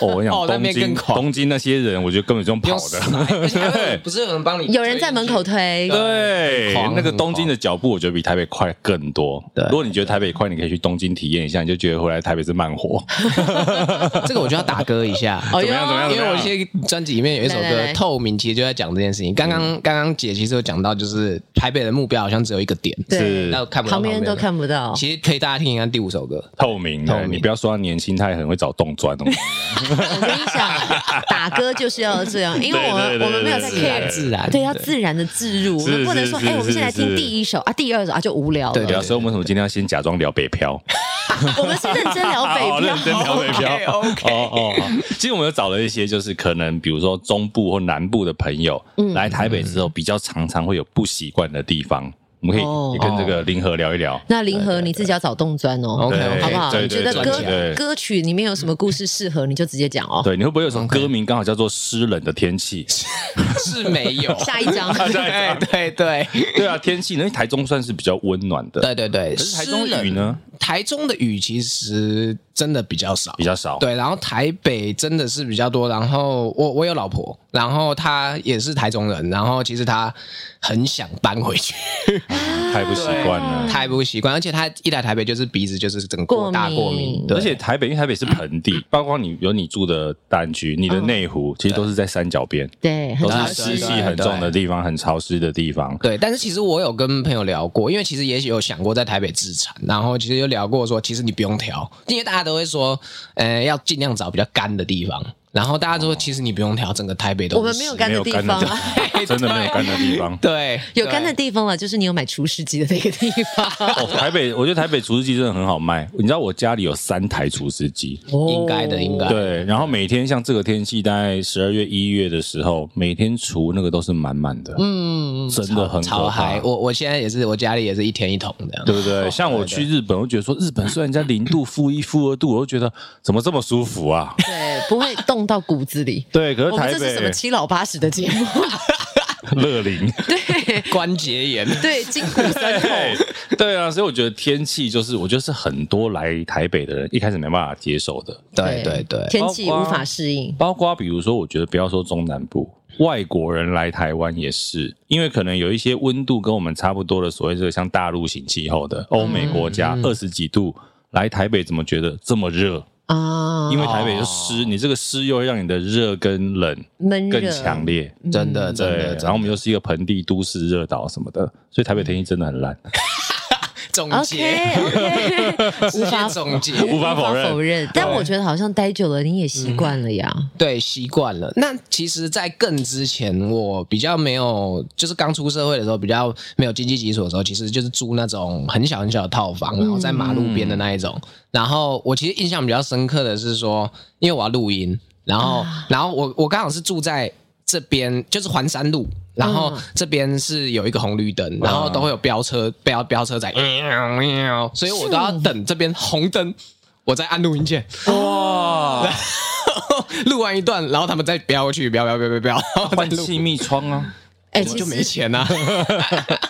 Speaker 3: 哦，我跟你
Speaker 1: 哦
Speaker 3: 讲
Speaker 1: 那
Speaker 3: 东
Speaker 1: 边
Speaker 3: 京
Speaker 1: 更狂
Speaker 3: 东京那些人，我觉得根本就用
Speaker 1: 不
Speaker 3: 跑
Speaker 1: 用
Speaker 3: 的。
Speaker 1: 而且还有不是有人 帮你，
Speaker 4: 有人在门口推，
Speaker 3: 对
Speaker 1: 很狂，
Speaker 3: 那个
Speaker 1: 很
Speaker 3: 东京
Speaker 1: 狂
Speaker 3: 的脚步，我觉得比台北快更多。
Speaker 1: 对
Speaker 3: 如果你觉得台北快，你可以去东京体验一下，你就觉得回来台北是慢活。
Speaker 1: 这个我就要打歌一下。
Speaker 4: 哦
Speaker 3: 怎么样？怎么样？
Speaker 1: 因
Speaker 3: 怎么
Speaker 1: 为我
Speaker 3: 样
Speaker 1: 一些专辑里面有一首
Speaker 4: 来来
Speaker 1: 歌
Speaker 4: 来
Speaker 1: 《透明》，其实就在讲这件事情。刚刚刚刚姐其实有讲到，就是台北的目标好像只有一个点，
Speaker 4: 对
Speaker 1: 那看不到
Speaker 4: 旁边都
Speaker 1: 的
Speaker 4: 看不到。
Speaker 1: 其实可以大家听一下第五首歌，
Speaker 3: 透明
Speaker 1: 透
Speaker 3: 的，
Speaker 1: 明
Speaker 3: 你不要说他年轻，他也很会找洞钻 哦。
Speaker 4: 我跟你讲，打歌就是要这样，因为我
Speaker 3: 对对
Speaker 4: 们
Speaker 3: 对
Speaker 4: 我们没有在
Speaker 3: 对对对
Speaker 4: care
Speaker 3: 对
Speaker 1: 自然
Speaker 4: 对，要自然的置入，我
Speaker 3: 是
Speaker 4: 们不能说，
Speaker 3: 是
Speaker 4: 哎，我们
Speaker 3: 是
Speaker 4: 现在听
Speaker 3: 是
Speaker 4: 第一首啊，第二首啊就无聊
Speaker 1: 对
Speaker 4: 了
Speaker 3: 对。啊，所以我们为什么今天要先假装聊北漂？
Speaker 4: 我们是认真
Speaker 1: 哦
Speaker 4: 聊
Speaker 3: 好
Speaker 4: 北
Speaker 3: 哦认真
Speaker 4: 漂，
Speaker 3: 聊北 漂。
Speaker 1: OK，OK
Speaker 3: 哦哦哦，其实我们有找了一些，就是可能比如说中部或南部的朋友、
Speaker 4: 嗯
Speaker 3: 来台北之后，比较常常会有不习惯的地方，我们可
Speaker 4: 哦
Speaker 3: 以跟这个林和聊一聊。
Speaker 4: 那林和你自己要找洞钻哦
Speaker 1: OK，
Speaker 3: 对
Speaker 4: 好不好？
Speaker 3: 对
Speaker 4: 你觉
Speaker 3: 对
Speaker 4: 得
Speaker 3: 对
Speaker 4: 歌
Speaker 3: 对
Speaker 4: 歌曲里面有什么故事适合，你就直接讲哦。
Speaker 3: 对，你会不会有一首歌名刚好叫做《湿冷的天 气》？
Speaker 1: 是没有。
Speaker 4: 下一张
Speaker 1: 对对对
Speaker 3: 对啊，天气，因为台中算是比较温暖的，
Speaker 1: 对对对。
Speaker 3: 可是台中雨呢？
Speaker 1: 台中的雨其实真的比较少
Speaker 3: 比，较少。
Speaker 1: 对，然后台北真的是比较多。然后我我有老婆，然后她也是台中人，然后其实她很想搬回去，
Speaker 3: 太不习惯
Speaker 4: 嗯
Speaker 3: 了。
Speaker 1: 太不习惯，而且他一来台北就是鼻子就是整个过大过
Speaker 4: 过敏
Speaker 1: 敏，对
Speaker 3: 而且台北，因为台北是盆地，包括你有你住的大安区，你的内湖其实都是在山脚边，
Speaker 4: 嗯对，很
Speaker 3: 都
Speaker 4: 潮
Speaker 3: 是
Speaker 1: 对
Speaker 3: 湿气
Speaker 4: 湿。
Speaker 3: 很重的地方，很潮湿的地方。
Speaker 1: 对，但是其实我有跟朋友聊过，因为其实也许有想过在台北自产，然后其实有聊过说，其实你不用挑，因为大家都会说，呃，要尽量找比较干的地方。然后大家都说，其实你不用挑，整个台北都
Speaker 4: 我们
Speaker 1: 是
Speaker 4: 没有
Speaker 1: 湿。
Speaker 4: 干
Speaker 3: 没
Speaker 4: 的
Speaker 3: 有
Speaker 4: 地
Speaker 3: 干的
Speaker 4: 方
Speaker 3: 地
Speaker 4: 啊。
Speaker 3: 方，真的没有干的地方
Speaker 1: 对，
Speaker 4: 有
Speaker 1: 对
Speaker 4: 干的地方了，就是你有买厨师机的那个地方。
Speaker 3: 哦，台北，我觉得台北厨师机真的很好卖。你知道我家里有三台厨师机，
Speaker 1: 应该的，应该的
Speaker 4: 哦
Speaker 3: 对，然后每天像这个天气，大概十二月、一月的时候，每天除那个都是满满的，嗯，真的很可
Speaker 1: 超
Speaker 3: 怕
Speaker 1: 嗨。。我我现在也是，我家里也是一天一桶这样。
Speaker 3: 对不
Speaker 4: 哦
Speaker 3: 对？像我去日本，我觉得说日本虽然在零度、负一、负二度，我都觉得怎么这么舒服啊？
Speaker 4: 对，不会冻到骨子里。
Speaker 3: 对，可是
Speaker 4: 我们
Speaker 3: 台
Speaker 4: 这是什么
Speaker 3: 北
Speaker 4: 七老八十的节目？
Speaker 3: 乐龄，
Speaker 1: 关节 炎，
Speaker 4: 对，筋骨酸痛。
Speaker 3: 对对啊，所以我觉得天气就是，我觉得是很多来台北的人一开始没办法接受的，
Speaker 1: 对对对，
Speaker 4: 天气无法适应。
Speaker 3: 包括比如说，我觉得不要说中南部，外国人来台湾也是，因为可能有一些温度跟我们差不多的，所谓这个像大陆型气候
Speaker 4: 嗯
Speaker 3: 的欧美国家，二十、几度来台北，怎么觉得这么热？
Speaker 4: 啊，
Speaker 3: 因为台北就湿，你这个湿又会让你的热跟冷
Speaker 4: 闷热嗯
Speaker 3: 更强烈。
Speaker 1: 真的真
Speaker 3: 嗯对
Speaker 1: 的，，
Speaker 3: 然后我们又是一个盆地都市热岛什么的，所以台北天气真的很烂，
Speaker 1: 总
Speaker 4: OK
Speaker 1: 结
Speaker 4: OK，
Speaker 1: 直接总结，
Speaker 3: 无法否认。
Speaker 4: 否认。但我觉得好像待久了，你也习惯了呀。
Speaker 1: 对，习惯了。那其实，在更之前，我比较没有，就是刚出社会的时候，比较没有经济基础的时候，其实就是租那种很小很小的套房，然后在马路边的那一种。然后我其实印象比较深刻的是说，因为我要录音，然后、然后我我刚好是住在这边，就是环山路。然后这边是有一个红绿灯，然后都会有飙车飙飙车仔，喵喵所以我都要等这边红灯，我再按录音键。
Speaker 3: 哇，
Speaker 1: 录完一段，然后他们再飙过去，飙飙飙飙飙，然后再
Speaker 3: 换
Speaker 1: 录，
Speaker 3: 气密窗啊，
Speaker 4: 哎，
Speaker 1: 我
Speaker 4: 其
Speaker 1: 就没
Speaker 4: 实
Speaker 1: 钱啊。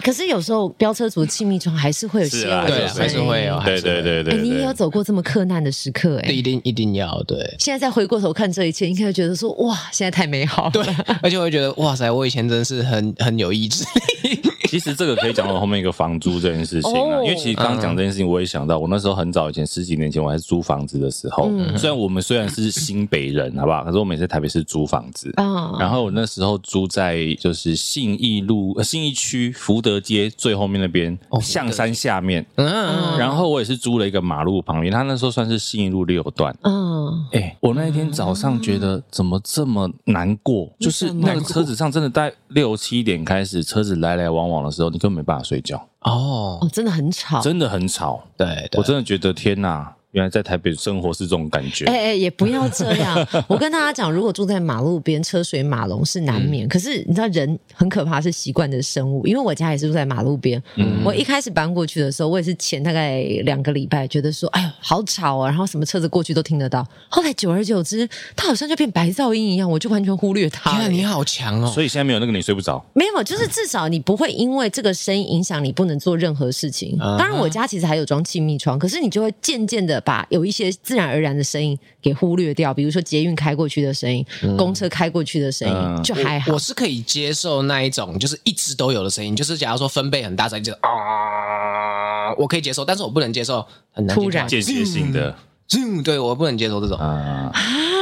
Speaker 4: 可是有时候飙车族的气密窗还是会有些
Speaker 3: 是啊
Speaker 4: 微
Speaker 1: 对
Speaker 4: 的
Speaker 1: 啊，
Speaker 4: 声
Speaker 1: 还是会有，
Speaker 4: 音
Speaker 1: 还
Speaker 3: 对
Speaker 1: 是会
Speaker 3: 对
Speaker 1: 有，
Speaker 3: 对
Speaker 4: 哎，
Speaker 3: 对
Speaker 4: 你也有
Speaker 3: 对，
Speaker 4: 走过这么困难的时刻
Speaker 1: 一
Speaker 4: 哎。
Speaker 1: 定一定要对。
Speaker 4: 现在再回过头看这一切，应该会觉得说哇，现在太美好了。
Speaker 1: 对，而且我会觉得，哇塞，我以前真是很很有意志力。
Speaker 3: 其实这个可以讲到后面一个房租这件事情啊，
Speaker 4: 哦
Speaker 3: 因为其实刚刚讲这件事情，我也想到，我那时候很早以前十几年前我还是租房子的时候，虽然我们虽然是新北人，好不好？可是我们也在台北市租房子，
Speaker 4: 啊，
Speaker 3: 然后我那时候住在就是信义路、呃、信义区福德街最后面那边，象山下面。
Speaker 1: 嗯，
Speaker 3: 然后我也是租了一个马路旁边，他那时候算是信义路六段。
Speaker 4: 嗯，
Speaker 3: 哎、我那一天早上觉得怎么这么难过，就是嗯那个车子上真的在六七点开始，车子来来往往的时候，你根本没办法睡觉，
Speaker 1: 哦
Speaker 4: 哦，，真的很吵。
Speaker 3: 真的很吵。
Speaker 1: 对
Speaker 3: 我
Speaker 1: 对，
Speaker 3: 真的觉得天哪，原来在台北生活是这种感觉。
Speaker 4: 哎哎、也不要这 样。我跟大家讲，如果住在马路边，车水马龙是难
Speaker 3: 嗯
Speaker 4: 免。可是你知道，人很可怕，是习惯的生物。因为我家也是住在马路边，
Speaker 3: 嗯
Speaker 4: 我
Speaker 1: 嗯
Speaker 4: 一开始搬过去的时候，我也是前大概两个礼拜觉得说，哎呦，好吵啊，然后什么车子过去都听得到。后来久而久之，它好像就变白噪音一样，我就完全忽略它
Speaker 1: 天
Speaker 4: 了
Speaker 1: 啊，。你好强哦。
Speaker 3: 所以现在没有那个你睡不着。
Speaker 4: 没有，就是至少你不会因为这个声音影响你不能做任何事情。
Speaker 1: 啊
Speaker 4: 当然，我家其实还有装气密窗，可是你就会渐渐的把有一些自然而然的声音给忽略掉，比如说捷运开过去的声音、公车开过去的声音，
Speaker 3: 嗯
Speaker 4: 就还好
Speaker 1: 我。是可以接受那一种，就是一直都有的声音，就是假如说分贝很大声，就是啊，我可以接受，但是我不能接受很难
Speaker 4: 突然
Speaker 3: 间歇性的
Speaker 1: 嗯，对我不能接受这种，
Speaker 3: 啊，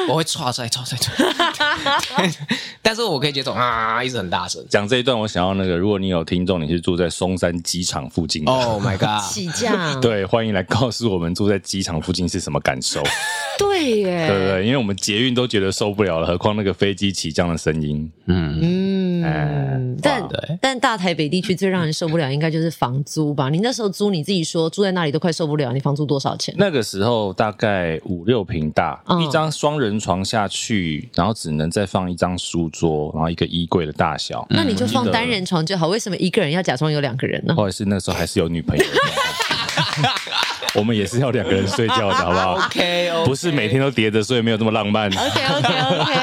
Speaker 1: 我会唰塞唰塞 唰，但是我可以接受啊，一直很大声。
Speaker 3: 讲这一段，我想要那个，如果你有听众，你是住在松山机场附近的。
Speaker 1: Oh my god！
Speaker 4: 起价
Speaker 3: 对，欢迎来告诉我们住在机场附近是什么感受，
Speaker 4: 对
Speaker 3: 对不
Speaker 4: 耶，
Speaker 3: 对？因为我们捷运都觉得受不了了，何况那个飞机起降的声音。
Speaker 4: 嗯，
Speaker 3: 哎
Speaker 4: 但
Speaker 1: 对
Speaker 4: 但大台北地区最让人受不了，应该就是房租吧？你那时候租你自己说住在那里都快受不了，你房租多少钱？
Speaker 3: 那个时候大概五六平大，
Speaker 4: 嗯
Speaker 3: 一张双人床下去，然后只能再放一张书桌，然后一个衣柜的大小。
Speaker 4: 那你就
Speaker 3: 我
Speaker 4: 放
Speaker 3: 记得
Speaker 4: 单人床就好，为什么一个人要假装有两个人呢？
Speaker 3: 不好意思，那时候还是有女朋友的。我们也是要两个人睡觉的，好不 好
Speaker 1: OK，哦，
Speaker 3: 不是每天都叠着，所以没有这么浪漫。
Speaker 4: OK OK OK，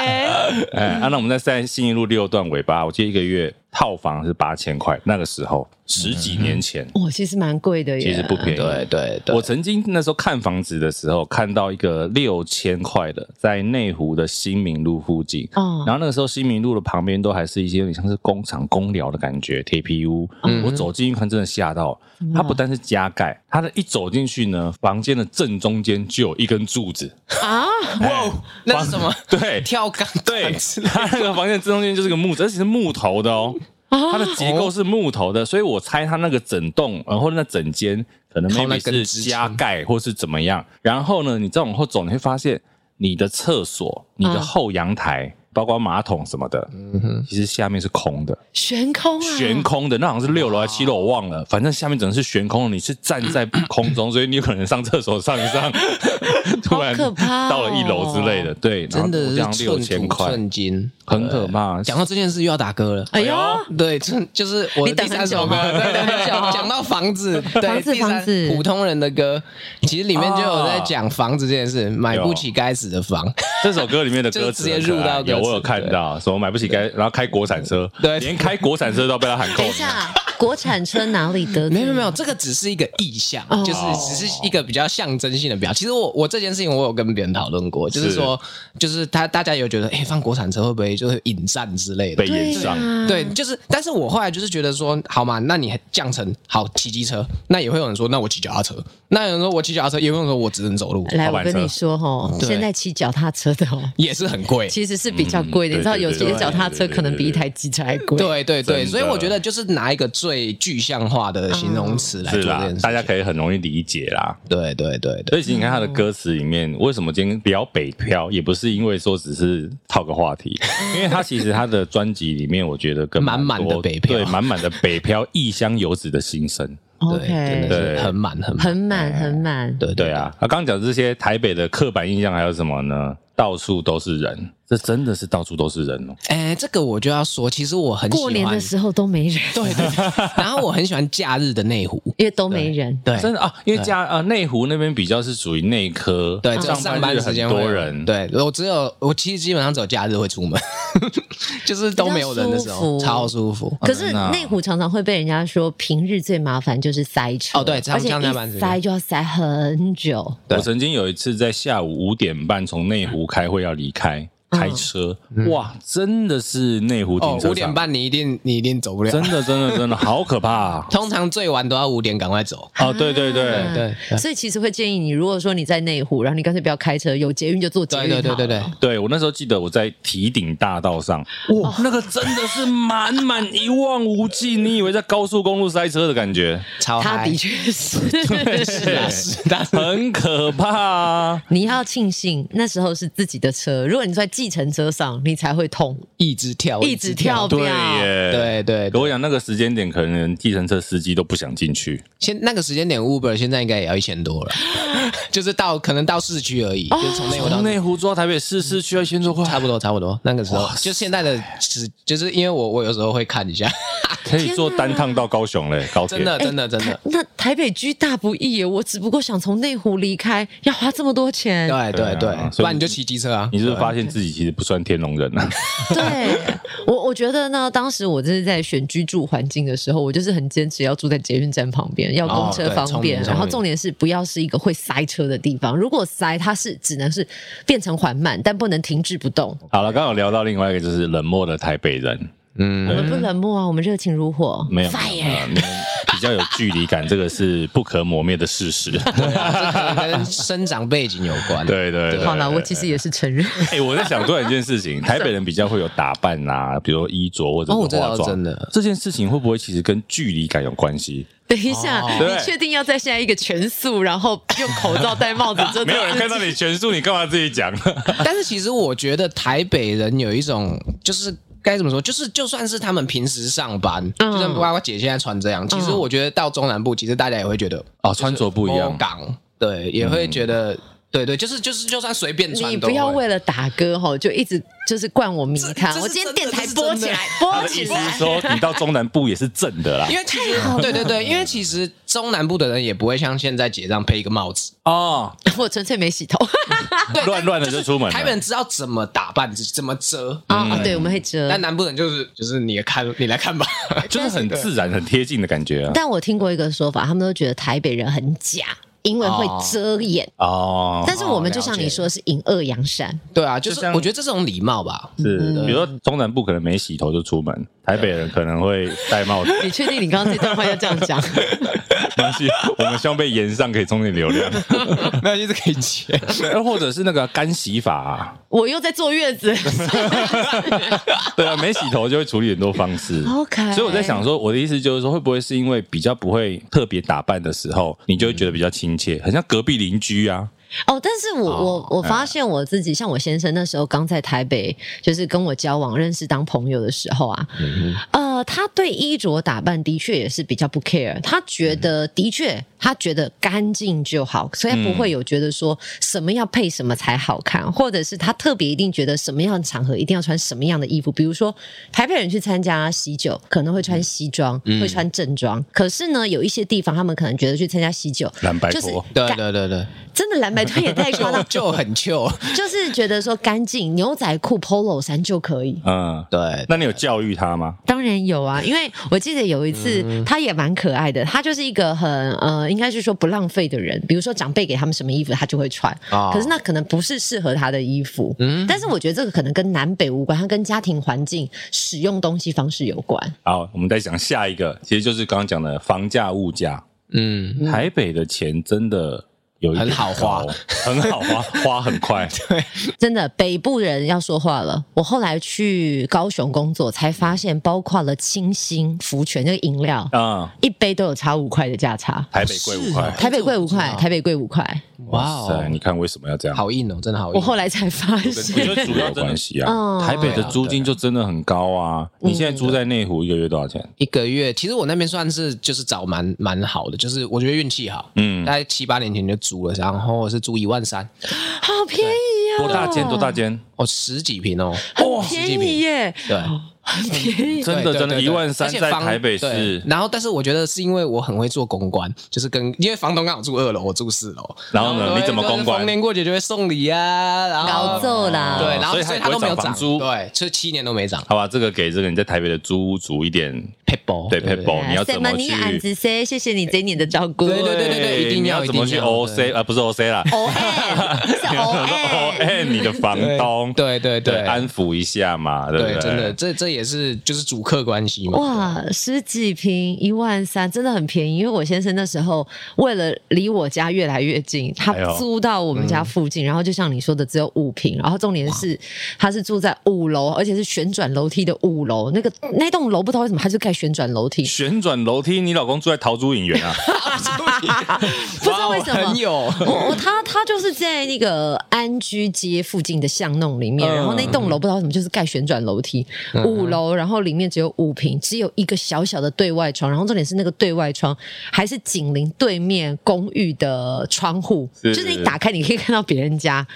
Speaker 3: 哎，啊，那我们在三信义路六段尾巴，我记得一个月套房是八千块，那个时候十几年前，
Speaker 4: 哇，哦其实蛮贵的耶，
Speaker 3: 其实不便宜。
Speaker 1: 对对对，
Speaker 3: 我曾经那时候看房子的时候，看到一个六千块的，在内湖的新民路附近。
Speaker 4: 哦
Speaker 3: 然后那个时候新民路的旁边都还是一些有点像是工厂公寮的感觉，铁皮屋。
Speaker 1: 嗯
Speaker 3: 我走进去看，真的吓到。它不但是加盖，它的一走进去呢，房间的正中间就有一根柱子。
Speaker 4: 啊，
Speaker 1: 哇，那是什么？
Speaker 3: 对，
Speaker 1: 跳钢
Speaker 3: 对，它那个房间正中间就是个木，而且是木头的哦。
Speaker 4: 啊
Speaker 3: 它的结构是木头的，所以我猜它那个整栋，然后那整间可能
Speaker 1: 靠那
Speaker 3: maybe
Speaker 1: 根支
Speaker 3: 是
Speaker 1: 撑
Speaker 3: 加盖或是怎么样。然后呢，你再往后走，你会发现你的厕所、你的
Speaker 4: 嗯
Speaker 3: 后阳台，包括马桶什么的，
Speaker 1: 嗯
Speaker 3: 其实下面是空的，
Speaker 4: 悬空啊，
Speaker 3: 悬空的。那好像是六楼还是七楼，我忘了。反正下面只能是悬空的，你是站在空 中，所以你有可能上厕所上一 上，突然
Speaker 4: 好可怕哦
Speaker 3: 到了一楼之类的。对，然后
Speaker 1: 真的
Speaker 3: 这样
Speaker 1: 是
Speaker 3: 六
Speaker 1: 寸
Speaker 3: 千
Speaker 1: 土
Speaker 3: 块。
Speaker 1: 寸金，
Speaker 3: 很可怕。
Speaker 1: 讲到这件事又要打歌了。
Speaker 4: 哎呦，
Speaker 1: 对，这就是我
Speaker 4: 你
Speaker 1: 的
Speaker 4: 等
Speaker 1: 第三
Speaker 4: 很
Speaker 1: 首歌。
Speaker 4: 久哦
Speaker 1: 对对
Speaker 4: 等很
Speaker 1: 对
Speaker 4: 久哦
Speaker 1: 讲到房子，对
Speaker 4: 房子
Speaker 1: 第三
Speaker 4: 房子
Speaker 1: 普通人的歌，其实里面就有在
Speaker 3: 哦
Speaker 1: 讲房子这件事，买不起该死的房。
Speaker 3: 这首歌里面的歌词
Speaker 1: 就直接
Speaker 3: 很
Speaker 1: 入
Speaker 3: 可爱
Speaker 1: 到歌词
Speaker 3: 有我有看到，什么买不起该，然后开国产车，
Speaker 1: 对
Speaker 3: 连开国产车都被他喊扣
Speaker 4: 等一。下，国产车哪里得罪？啊
Speaker 1: 没有没有没有，这个只是一个意象，
Speaker 4: 哦
Speaker 1: 就是只是一个比较象征性的表。其实我我这件事情我有跟别人讨论过，就是
Speaker 3: 是
Speaker 1: 说，就是他大家有觉得，哎、放国产车会不会就是引战之类的
Speaker 3: 被？延上，
Speaker 4: 嗯
Speaker 1: 对，
Speaker 4: 啊
Speaker 1: 就是，但是我后来就是觉得说，好嘛，那你降成好骑机车，那也会有人说，那我骑脚踏车，那有人说我骑脚踏车，也会有人说我只能走路，
Speaker 4: 来，
Speaker 3: 滑
Speaker 4: 我
Speaker 3: 板
Speaker 4: 跟
Speaker 3: 车
Speaker 4: 你说哦，
Speaker 1: 对
Speaker 4: 现在骑脚踏车的哦，
Speaker 1: 也是很贵。
Speaker 4: 其实是比较贵的，
Speaker 3: 嗯
Speaker 4: 你知道
Speaker 3: 对对
Speaker 4: 有
Speaker 3: 对
Speaker 4: 些脚踏车可能比一台机车还贵。
Speaker 1: 对对对，
Speaker 3: 真的
Speaker 1: 所以我觉得就是拿一个最具象化的形容词
Speaker 4: 啊
Speaker 1: 来
Speaker 3: 是
Speaker 1: 做这
Speaker 3: 啦
Speaker 1: 件，事。
Speaker 3: 大家可以很容易理解啦。
Speaker 1: 对对对对，
Speaker 3: 所以其实你看他的歌词里面，为什么今天聊北漂，也不是因为说只是套个话题，
Speaker 4: 嗯
Speaker 3: 因为他其实他的专辑里面，我觉得跟
Speaker 1: 满满的
Speaker 3: 多
Speaker 1: 北漂
Speaker 3: 对，满满的北漂异乡游子的心声。
Speaker 1: 对，真
Speaker 4: ，OK，
Speaker 1: 的是
Speaker 3: 对
Speaker 1: 很满很满。
Speaker 4: 很满很满。
Speaker 1: 对
Speaker 3: 对，啊，他刚讲这些台北的刻板印象还有什么呢？到处都是人，这真的是到处都是人哦。
Speaker 1: 哎，这个我就要说，其实我很喜欢
Speaker 4: 过年的时候都没人，
Speaker 1: 对 对，对然后我很喜欢假日的内湖，
Speaker 4: 因为都没人。
Speaker 1: 对
Speaker 3: 真的啊，因为家呃内湖那边比较是属于内科，
Speaker 1: 对，只有
Speaker 3: 上
Speaker 1: 嗯班
Speaker 3: 日
Speaker 1: 时
Speaker 3: 很
Speaker 1: 间会
Speaker 3: 多
Speaker 1: 有
Speaker 3: 人，
Speaker 1: 对我只有我其实基本上只有假日会出门， 就是都没有人的时
Speaker 4: 比较舒
Speaker 1: 候，
Speaker 4: 服
Speaker 1: 超舒服。
Speaker 4: 可是
Speaker 3: 真的啊
Speaker 4: 内湖常常会被人家说，平日最麻烦就是塞车。
Speaker 1: 哦对常
Speaker 4: 而且
Speaker 1: 常在班时
Speaker 4: 一
Speaker 1: 间
Speaker 4: 塞就要塞很久。
Speaker 1: 对
Speaker 3: 我曾经有一次在下午五点半从内湖开会要离开，开车，哇，真的是内湖
Speaker 1: 嗯哦
Speaker 3: 停，车场，
Speaker 1: 五点半你一定你一定走不了，
Speaker 3: 真的真的真的好可
Speaker 1: ！
Speaker 3: 怕啊
Speaker 1: 通常最晚都要五点赶快走。
Speaker 3: 哦，对对对，
Speaker 4: 啊
Speaker 1: 对
Speaker 4: 所以其实会建议你，如果说你在内湖，然后你干脆不要开车，有捷运就坐捷
Speaker 1: 对
Speaker 4: 运。
Speaker 1: 对对对对，，
Speaker 3: 对我那时候记得我在提顶大道上，哇，那个真的是满满一望无际，你以为在高速公路塞车的感觉，
Speaker 1: 超
Speaker 4: 他
Speaker 1: 嗨
Speaker 4: 的确是。
Speaker 1: 是啊是，但是
Speaker 3: 很可怕啊！
Speaker 4: 你要庆幸那时候是自己的车，如果你在计程车上，你才会痛，
Speaker 1: 一哦直跳
Speaker 4: 一直跳，
Speaker 3: 对
Speaker 4: 不要。
Speaker 3: 耶，。
Speaker 1: 对对，
Speaker 3: 跟我讲，那个时间点，可能计程车司机都不想进去。
Speaker 1: 现那个时间点，Uber 现在应该也要一千多了， 就是到可能到市区而已，就是从内湖
Speaker 4: 哦
Speaker 1: 到
Speaker 3: 从内湖坐到台北市市区要一千多块，
Speaker 1: 差不多差不多。那个时候就现在的时，就是因为我我有时候会看一下，
Speaker 3: 可以坐单趟到高雄嘞，高 铁。
Speaker 1: 真的真的真
Speaker 4: 哎台
Speaker 1: 的，
Speaker 4: 那台北居大不易耶，我只不过想从内湖离开，要花这么多 钱。
Speaker 1: 对
Speaker 3: 对
Speaker 1: 对
Speaker 3: 啊
Speaker 1: 对，不
Speaker 3: 所以
Speaker 1: 然你就骑机车啊
Speaker 3: 你。是不是发现自己其实不算天龙人 啊？
Speaker 4: 对 我，我觉得呢，当时我真是在选居住环境的时候，我就是很坚持要住在捷运站旁边，要公车
Speaker 1: 哦对
Speaker 4: 方
Speaker 1: 聪
Speaker 4: 便，
Speaker 1: 明聪
Speaker 4: 然后
Speaker 1: 明
Speaker 4: 重点是不要是一个会塞车的地方。如果塞，它是只能是变成缓慢，但不能停滞不动。
Speaker 3: 好了，刚好聊到另外一个就是冷漠的台北人，
Speaker 4: 我们不冷漠啊，我们热情如火。
Speaker 3: 没有，没有没
Speaker 4: fire，
Speaker 3: 有你们比较有距离感，这个是不可磨灭的事 实。
Speaker 1: 啊这可能跟生长背景有关。
Speaker 3: 对对对。
Speaker 4: 好了，我其实也是承认。
Speaker 3: 哎、我在想突然一件事情，台北人比较会有打扮啊，比如衣着或者
Speaker 1: 哦我
Speaker 3: 是
Speaker 1: 知道
Speaker 3: 化妆，
Speaker 1: 真的
Speaker 3: 这件事情会不会其实跟距离感有关系？
Speaker 4: 等一下，
Speaker 3: 对
Speaker 4: 你确定要在现在一个全速，然后用口罩戴帽子，这
Speaker 3: 没有人看到你全数，你干嘛自己讲？
Speaker 1: 但是其实我觉得台北人有一种就是。该怎么说？就是就算是他们平时上班，就算包括姐现在穿这样，其实我觉得到中南部，其实大家也会觉得
Speaker 3: 哦，穿着不一样
Speaker 1: 摸。港对，也会觉得对对，就是就是，就算随便穿
Speaker 4: 你
Speaker 1: 都
Speaker 4: 不要
Speaker 1: 会
Speaker 4: 为了打歌哈，就一直就是灌我迷
Speaker 1: 这这
Speaker 4: 汤。
Speaker 1: 是
Speaker 4: 我今天
Speaker 1: 真
Speaker 4: 电
Speaker 1: 的
Speaker 4: 台
Speaker 1: 这是
Speaker 4: 播
Speaker 1: 真
Speaker 4: 起
Speaker 1: 的
Speaker 4: 来，播
Speaker 3: 他的
Speaker 4: 起
Speaker 3: 意思
Speaker 4: 来
Speaker 3: 是。说，你到中南部也是正的啦。
Speaker 1: 因为其实对对对，因为其实中南部的人也不会像现在结账配一个帽子，
Speaker 3: 哦，
Speaker 4: 我纯粹没洗头
Speaker 1: 对，
Speaker 3: 乱乱的就出门了
Speaker 1: 台北人知道怎么打扮自己，怎么遮，
Speaker 4: 啊啊！对，我们会遮。
Speaker 1: 但南部人就是就是你来看，你来看 吧。
Speaker 3: 就是很自然、很贴近的感觉啊。
Speaker 4: 但我听过一个说法，他们都觉得台北人很假，因为会遮掩。
Speaker 3: 哦，
Speaker 4: 但是我们就
Speaker 1: 哦了
Speaker 4: 像
Speaker 1: 解
Speaker 4: 你说，是隐恶扬善。
Speaker 1: 对啊，就是
Speaker 3: 就像
Speaker 1: 我觉得这是种礼貌吧。
Speaker 3: 是，比如说中南部可能没洗头就出门，台北人可能会戴帽子。
Speaker 4: 你确定你刚刚这段话要这样讲？
Speaker 3: 没关系，我们希望被延上可以充点流量，哎
Speaker 1: 那就是可以接，
Speaker 3: 或者是那个干洗法、啊，
Speaker 4: 我又在坐月 子。
Speaker 3: 对啊，没洗头就会处理很多方式。
Speaker 4: OK
Speaker 3: 所以我在想说，我的意思就是说，会不会是因为比较不会特别打扮的时候，你就会觉得比较亲切，很像隔壁邻居啊？
Speaker 4: 哦，但是我、我我发现我自己，像我先生那时候刚在台北，就是跟我交往、认识、当朋友的时候啊，呃，他对衣着打扮的确也是比较不 care，他觉得、的确他觉得干净就好，所以他不会有觉得说什么要配什么才好看，或者是他特别一定觉得什么样的场合一定要穿什么样的衣服，比如说台北人去参加喜酒可能会穿西装，会穿正装，可是呢，有一些地方他们可能觉得去参加喜酒，
Speaker 3: 蓝白
Speaker 4: 就是
Speaker 3: 拖
Speaker 1: 对啊
Speaker 4: 干
Speaker 1: 对对对，
Speaker 4: 真的蓝白拖也太夸张
Speaker 1: 就，就很旧。
Speaker 4: 就是觉得说干净，牛仔裤、polo 衫就可以。
Speaker 3: 嗯，
Speaker 1: 对，
Speaker 3: 那你有教育他吗？
Speaker 4: 当然有啊，因为我记得有一次，他也蛮可爱的。他就是一个很呃，应该是说不浪费的人。比如说长辈给他们什么衣服，他就会穿。
Speaker 1: 哦
Speaker 4: 可是那可能不是适合他的衣服。但是我觉得这个可能跟南北无关，它跟家庭环境、使用东西方式有关。
Speaker 3: 好，我们再讲下一个，其实就是刚刚讲的房价、物价。
Speaker 1: 嗯，
Speaker 3: 台北的钱真的有一点
Speaker 1: 很好花
Speaker 3: 高，哦很好 花，花很快。
Speaker 4: 真的，北部人要说话了。我后来去高雄工作，才发现包括了清新、福泉这个饮料，
Speaker 3: 嗯，
Speaker 4: 一杯都有差五块的价差。
Speaker 3: 台北贵五块
Speaker 1: 是。
Speaker 4: 台北贵五块
Speaker 1: 哎，
Speaker 4: 台北贵五块。
Speaker 1: 哇
Speaker 3: 哇塞，
Speaker 1: 哦
Speaker 3: 你，看为什么要这样？
Speaker 1: 好硬哦，真的好硬。
Speaker 4: 我后来才发
Speaker 3: 我
Speaker 4: 现，
Speaker 3: 觉得主要真的系
Speaker 1: 哦
Speaker 3: 啊，
Speaker 4: 嗯
Speaker 3: 台北的租金就真的很高啊。
Speaker 1: 嗯
Speaker 3: 你现在住在内湖一个月多少钱？
Speaker 1: 一个月，其实我那边算是就是找蛮蛮好的，就是我觉得运气好，
Speaker 3: 嗯
Speaker 1: 大，概七八年前就租了，然后是租一万三，
Speaker 4: 好便宜
Speaker 3: 多大间？多大间？
Speaker 1: 哦，十几平哦，
Speaker 4: 哦，
Speaker 1: 十
Speaker 4: 便
Speaker 1: 几
Speaker 4: 宜
Speaker 1: 平，
Speaker 4: 耶，
Speaker 1: 对。
Speaker 4: 很
Speaker 3: 嗯
Speaker 4: 便宜。
Speaker 3: 真的
Speaker 1: 对
Speaker 3: 真的，
Speaker 1: 对
Speaker 3: 一
Speaker 1: 对
Speaker 3: 万三
Speaker 1: 而且
Speaker 3: 在
Speaker 1: 房
Speaker 3: 台北
Speaker 1: 对
Speaker 3: 市，
Speaker 1: 然后，但是我觉得是因为我很会做公关，就是跟因为房东刚好住二楼，我住四楼。
Speaker 3: 然后呢
Speaker 1: 都会
Speaker 3: 你怎么公关
Speaker 1: 就是逢年过节就会送礼啊，然
Speaker 4: 搞
Speaker 1: 后
Speaker 4: 揍啦！
Speaker 1: 对，然后
Speaker 3: 所以
Speaker 1: 所以
Speaker 3: 它
Speaker 1: 它
Speaker 3: 不
Speaker 1: 都
Speaker 3: 会
Speaker 1: 没有
Speaker 3: 涨房
Speaker 1: 涨，
Speaker 3: 租
Speaker 1: 对，这七年都没涨。
Speaker 3: 好吧，这个给这个你在台北的租屋族一点
Speaker 1: p e b b l e
Speaker 3: 对
Speaker 1: p
Speaker 3: 哦 people，你要
Speaker 4: 塞
Speaker 3: 怎
Speaker 4: 满
Speaker 3: 么
Speaker 4: 啊你的案
Speaker 3: 去？
Speaker 4: 子塞，谢谢你这一年的照顾。
Speaker 1: 对对对对对一定
Speaker 3: 哎你
Speaker 1: 要
Speaker 3: 要怎么去
Speaker 1: 一定要
Speaker 3: OC
Speaker 1: 对哦
Speaker 3: 啊？不是 OC 啦
Speaker 4: O N 是 O N，
Speaker 3: ，ON 你的房东，
Speaker 1: 对对对
Speaker 3: 对，安抚一下嘛，对不
Speaker 1: 对，
Speaker 3: 对？
Speaker 1: 真的，这这也是就是主客关系嘛。
Speaker 4: 哇，十几平一万三，真的很便宜。因为我先生那时候为了离我家越来越近，他
Speaker 3: 哎呦
Speaker 4: 租到我们家附近，然后就像你说的，只有五平，然后重点是他是住在五楼，而且是旋转楼梯的五楼。那个那栋楼不知道为什么他就盖旋转楼梯，
Speaker 3: 旋转楼梯，你老公住在桃竹影园啊？
Speaker 4: 不知道为什
Speaker 1: 哇
Speaker 4: 么
Speaker 1: 很。 有。
Speaker 4: 我我他他就是在那个安居街附近的巷弄里面，
Speaker 3: 嗯
Speaker 4: 然后那栋楼不知道为什么就是盖旋转楼梯，五楼，然后里面只有五平，只有一个小小的对外窗，然后重点是那个对外窗还是紧邻对面公寓的窗户，
Speaker 3: 是
Speaker 4: 就是你打开你可以看到别人家，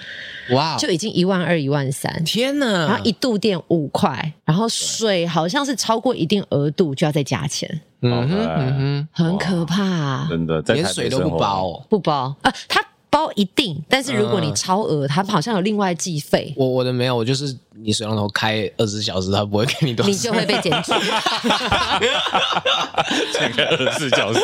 Speaker 1: 哇，
Speaker 4: 就已经一万二一万三。
Speaker 1: 天哪！
Speaker 4: 然后一度电五块，然后水好像是超过一定额度就要再加钱，
Speaker 1: 嗯哼
Speaker 3: 哎
Speaker 1: 嗯哼，
Speaker 4: 很可怕、啊。
Speaker 3: 真的，在台
Speaker 1: 连
Speaker 3: 北
Speaker 1: 水都不
Speaker 3: 生活
Speaker 1: 包。哦。
Speaker 4: 不包啊，它包一定，但是如果你
Speaker 1: 嗯
Speaker 4: 超额，它好像有另外计费，
Speaker 1: 我我的没有，我就是你水龙头开二十小时，他不会给你多少
Speaker 3: 嗯
Speaker 4: 你就会被检 举。
Speaker 3: 整个二十四小 时，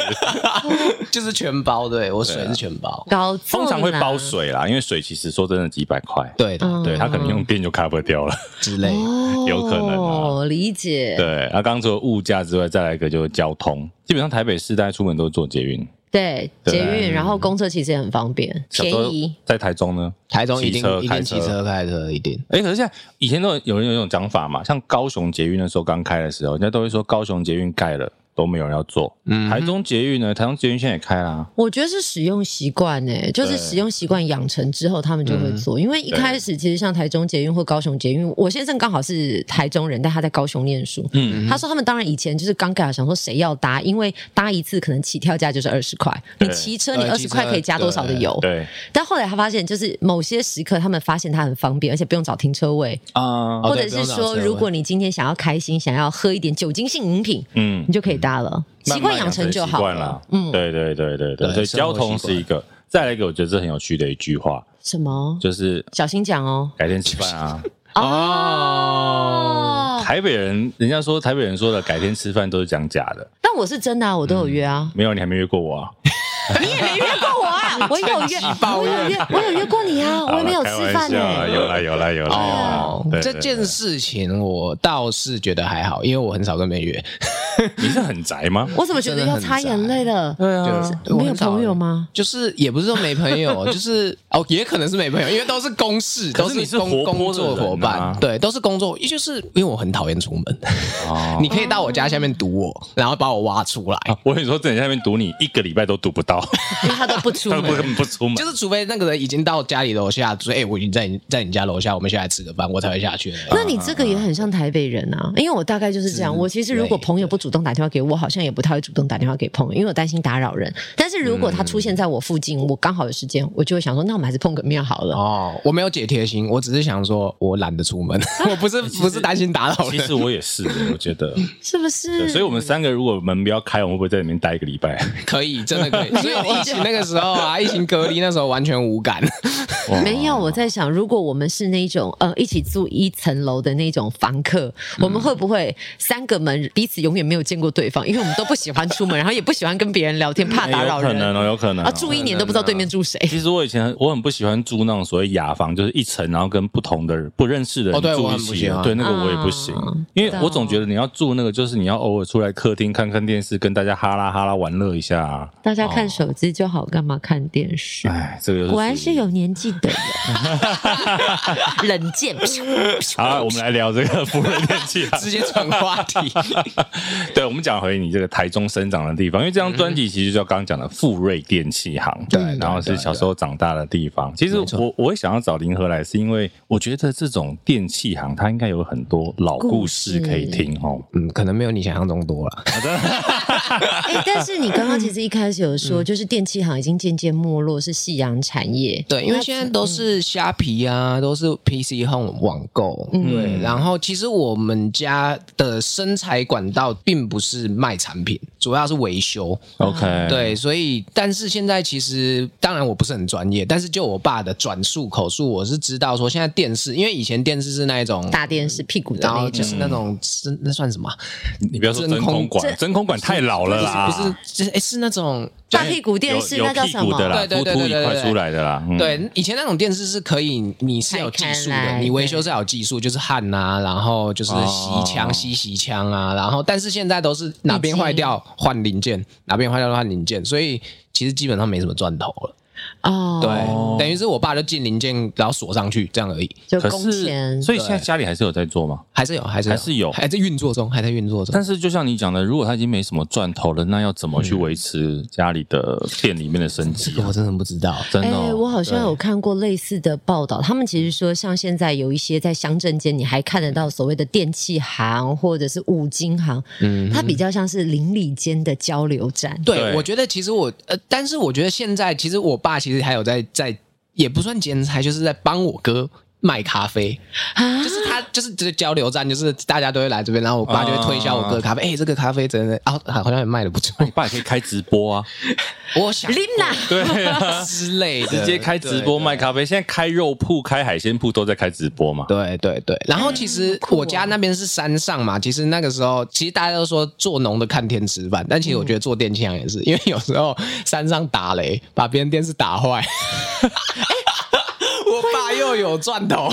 Speaker 1: 就是全包，对我
Speaker 3: 啊
Speaker 1: 水是全包，
Speaker 4: 搞错
Speaker 3: 通
Speaker 4: 啦
Speaker 3: 常会包。水啦，因为水其实说真的几百块，
Speaker 1: 对的、
Speaker 4: 嗯
Speaker 3: 对他可能用电就 cover 掉了。
Speaker 1: 之类。
Speaker 4: 哦
Speaker 3: 有可能啊
Speaker 4: 哦，理解。
Speaker 3: 对，那刚刚除了物价之外，再来一个就是交通，基本上台北市大家出门都是坐捷运，
Speaker 4: 对，
Speaker 3: 对
Speaker 4: 捷运，然后公车其实也很方便，
Speaker 3: 小
Speaker 4: 便
Speaker 3: 时候
Speaker 4: 宜。
Speaker 3: 在台中呢，
Speaker 1: 台中一
Speaker 3: 骑车
Speaker 1: 定一
Speaker 3: 开
Speaker 1: 定骑
Speaker 3: 车
Speaker 1: 车开车一定，
Speaker 3: 哎，可是现在以前都有人有一种讲法嘛，像高雄捷运的时候刚开的时候，人家都会说高雄捷运盖了。都没有人要做。
Speaker 1: 嗯
Speaker 3: 台中捷运呢，台中捷运现在也开啦，
Speaker 4: 我觉得是使用习惯诶，就是使用习惯养成之后，他们就
Speaker 3: 嗯
Speaker 4: 会做。因为一开始其实像台中捷运或高雄捷运，我先生刚好是台中人，但他在高雄念书。嗯，他说他们当然以前就是刚盖好，想说谁要搭，因为搭一次可能起跳价就是二十块，你骑车你
Speaker 1: 对
Speaker 4: 二十块可以加多少的油？
Speaker 3: 对
Speaker 4: 但后来他发现，就是某些时刻他们发现它很方便，而且不用找停车位，
Speaker 3: 啊，
Speaker 1: 哦
Speaker 4: 或
Speaker 1: 对不
Speaker 4: 者是
Speaker 1: 用找
Speaker 4: 说
Speaker 1: 车位
Speaker 4: 如果你今天想要开心，想要喝一点酒精性饮品，
Speaker 3: 嗯
Speaker 4: 你，就可以搭了，习
Speaker 3: 慢
Speaker 4: 惯
Speaker 3: 慢
Speaker 4: 养成就
Speaker 3: 习
Speaker 4: 好
Speaker 3: 惯啦
Speaker 4: 了。嗯，
Speaker 3: 对对对对对，
Speaker 1: 对
Speaker 3: 所以
Speaker 1: 生活
Speaker 3: 交通
Speaker 1: 习
Speaker 3: 是
Speaker 1: 惯
Speaker 3: 一个，再来一个我觉得这很有趣的一句话，
Speaker 4: 什么？
Speaker 3: 就是
Speaker 4: 小心讲哦。
Speaker 3: 改天吃饭啊。
Speaker 4: 哦，
Speaker 3: 台北人，人家说台北人说的改天吃饭都是讲假的，
Speaker 4: 但我是真的、啊，我都有约啊，
Speaker 3: 没有你还没约过我啊。
Speaker 4: 嗯你也没约过我啊， 我有约，我有约，我有约过你啊，我也没有吃饭欸呢、
Speaker 3: 好啦开玩笑啦啊有啦有啦有啦。
Speaker 1: 哦
Speaker 3: 有啦，
Speaker 1: 这件，事情我倒是觉得还好，因为我很少跟美月，
Speaker 3: 对对对你是很宅吗？
Speaker 4: 我怎么觉得要擦眼泪了？
Speaker 3: 对啊
Speaker 1: 就是
Speaker 4: 没有朋友？吗？
Speaker 1: 就是也不是说没朋友， 就是哦，也可能是没朋友，因为都是公事，
Speaker 3: 可
Speaker 1: 都
Speaker 3: 是你是
Speaker 1: 工
Speaker 3: 活泼的
Speaker 1: 工作伙
Speaker 3: 人啊
Speaker 1: 伴，对，都是工作，也就是因为我很讨厌出门，
Speaker 3: 哦
Speaker 1: 你可以到我家下面堵我，然后把我挖出来，
Speaker 3: 啊我跟你说，在你下面堵你一个礼拜都堵不到，
Speaker 4: 因为他都 不出
Speaker 3: 他
Speaker 4: 门
Speaker 3: 不。根本不出门
Speaker 1: 就。是除非那个人已经到家里楼下，说哎、我已经在你在你家楼下，我们下来吃个饭，我才会下去。
Speaker 4: 那你这个也很像台北人啊，因为我大概就是这样。我其实如果朋友不主动打电话给我，我好像也不太会主动打电话给朋友，因为我担心打扰
Speaker 3: 嗯
Speaker 4: 人。但是如果他出现在我附近，我刚好有时间，我就会想说，那我们还是碰个面好了。
Speaker 1: 哦，我没有解贴心，我只是想说我懒得出门， 我不是不是担心打扰
Speaker 3: 其
Speaker 1: 人。
Speaker 3: 实我也是，欸我觉得，
Speaker 4: 是不
Speaker 3: 对
Speaker 4: 是？
Speaker 3: 所以我们三个如果门不要开，我们会不会在里面待一个礼拜？
Speaker 1: 可以，真的可 以。所以疫情那个时候 啊，疫情隔离那时候完全无感。
Speaker 3: 哦
Speaker 4: 没有，我在想，如果我们是那种呃一起住一层楼的那种房客，
Speaker 3: 嗯
Speaker 4: 我们会不会三个门彼此永远没有见过对方？因为我们都不喜欢出 门，然后也不喜欢跟别人聊天，怕打扰
Speaker 3: 有可
Speaker 4: 人。
Speaker 3: 能哦，有可能哦。
Speaker 4: 啊，住一年都不知道对面住 谁。
Speaker 3: 其实我以前我很不喜欢住那种所谓雅房，就是一层，然后跟不同的人、不认识的人
Speaker 1: 哦对
Speaker 3: 住
Speaker 1: 我
Speaker 3: 一
Speaker 1: 很不
Speaker 3: 起
Speaker 1: 喜
Speaker 3: 的。
Speaker 1: 欢
Speaker 3: 对，那个我也不行，
Speaker 4: 啊
Speaker 3: 因为我总觉得你要住那个，就是你要偶尔出来客厅看看电视，跟大家哈拉哈拉玩乐一下啊。
Speaker 4: 大家看手机就好，干嘛看电视？
Speaker 3: 哎，这个就是
Speaker 4: 嗯果然是有年纪的人， 冷箭。
Speaker 3: 好了，我们来聊这个福人电器 啊。
Speaker 1: 直接转话 题，
Speaker 3: 对，我们讲回你这个台中生长的地方，因为这张专辑其实就刚刚讲的富瑞电器
Speaker 4: 嗯
Speaker 3: 行，对
Speaker 1: 对
Speaker 3: 然后是小时候长大的地方。其实我我会想要找林和来，是因为我觉得这种电器行，它应该有很多老故事可以听哦。
Speaker 1: 嗯，可能没有你想象中多了。
Speaker 4: 哎、但是你刚刚其实一开始有
Speaker 3: 嗯
Speaker 4: 说，就是电器行已经渐渐没落，是夕阳产业。
Speaker 1: 对，因为现在都是虾皮啊，都是 PC Home 网购，嗯对。然后其实我们家的生财管道并不是卖产品，主要是维修。
Speaker 3: OK，，
Speaker 1: 对，所以但是现在其实，当然我不是很专业，但是就我爸的转述口述，我是知道说现在电视，因为以前电视是那一种，
Speaker 4: 大电视屁股的
Speaker 1: 然
Speaker 4: 那
Speaker 1: 后
Speaker 4: 一
Speaker 1: 就
Speaker 4: 种，
Speaker 1: 是那种是那算什么啊？
Speaker 3: 你不要说真空管，真空管太老了啦，
Speaker 1: 不是，就是哎是那种。就
Speaker 4: 大屁股电视
Speaker 3: 有
Speaker 4: 那叫
Speaker 3: 有屁
Speaker 4: 什
Speaker 3: 股
Speaker 4: 么？
Speaker 3: 的啦，
Speaker 1: 对
Speaker 3: 突
Speaker 1: 对对
Speaker 3: 突
Speaker 1: 对
Speaker 3: 一
Speaker 1: 对
Speaker 3: 块
Speaker 1: 对
Speaker 3: 出来的啦，嗯，
Speaker 1: 对，以前那种电视是可以，你是有技术
Speaker 4: 拆开
Speaker 1: 的，
Speaker 4: 来
Speaker 1: 你维修是有技术，就是焊啊，然后就是
Speaker 3: 哦
Speaker 1: 吸枪、吸吸枪啊，然后但是现在都是哪边
Speaker 4: 已经
Speaker 1: 坏掉换零件，哪边坏掉换零件，所以其实基本上没什么赚头了。
Speaker 4: 哦，
Speaker 1: 对，等于是我爸就进零件，然后锁上去这样而已。
Speaker 4: 就
Speaker 3: 可
Speaker 4: 工钱
Speaker 3: 是，。所以现在家里还是有在做吗？
Speaker 1: 还是有，还是
Speaker 3: 还是有
Speaker 1: 还在运作中，还在运作中。
Speaker 3: 但是就像你讲的，如果他已经没什么赚头了，那要怎么去维持家里的店里面的生
Speaker 1: 这
Speaker 3: 计
Speaker 1: 个
Speaker 3: 啊、
Speaker 1: 我真的不知道。
Speaker 3: 真
Speaker 4: 哎、
Speaker 3: 的哦、
Speaker 4: 我好像有看过类似的报道，他们其实说，像现在有一些在乡镇间，你还看得到所谓的电器行或者是五金行，
Speaker 3: 嗯
Speaker 4: 它比较像是邻里间的交流站。
Speaker 1: 对，
Speaker 3: 对
Speaker 1: 我觉得其实我呃，但是我觉得现在其实我爸其实还有在在，也不算兼差，就是在帮我哥。卖咖啡，就
Speaker 4: 啊
Speaker 1: 是他，就是这交流站，就是大家都会来这边，然后我爸就会推销我哥的咖啡。哎、这个咖啡真的啊，好像也卖的不错
Speaker 3: 你。爸也可以开直播啊，
Speaker 1: 哦我想
Speaker 4: 琳娜，
Speaker 3: 对啊，
Speaker 1: 之类的，
Speaker 3: 直接开直播卖咖啡。现在开肉铺、开海鲜铺都在开直播嘛。
Speaker 1: 对对对，然后其
Speaker 4: 嗯
Speaker 1: 实
Speaker 4: 哦
Speaker 1: 我家那边是山上嘛，其实那个时候其实大家都说做农的看天吃饭，但其实我觉得做电器行也是，因为有时候山上打雷把别人电视打坏， 我爸又有赚头，
Speaker 4: 哦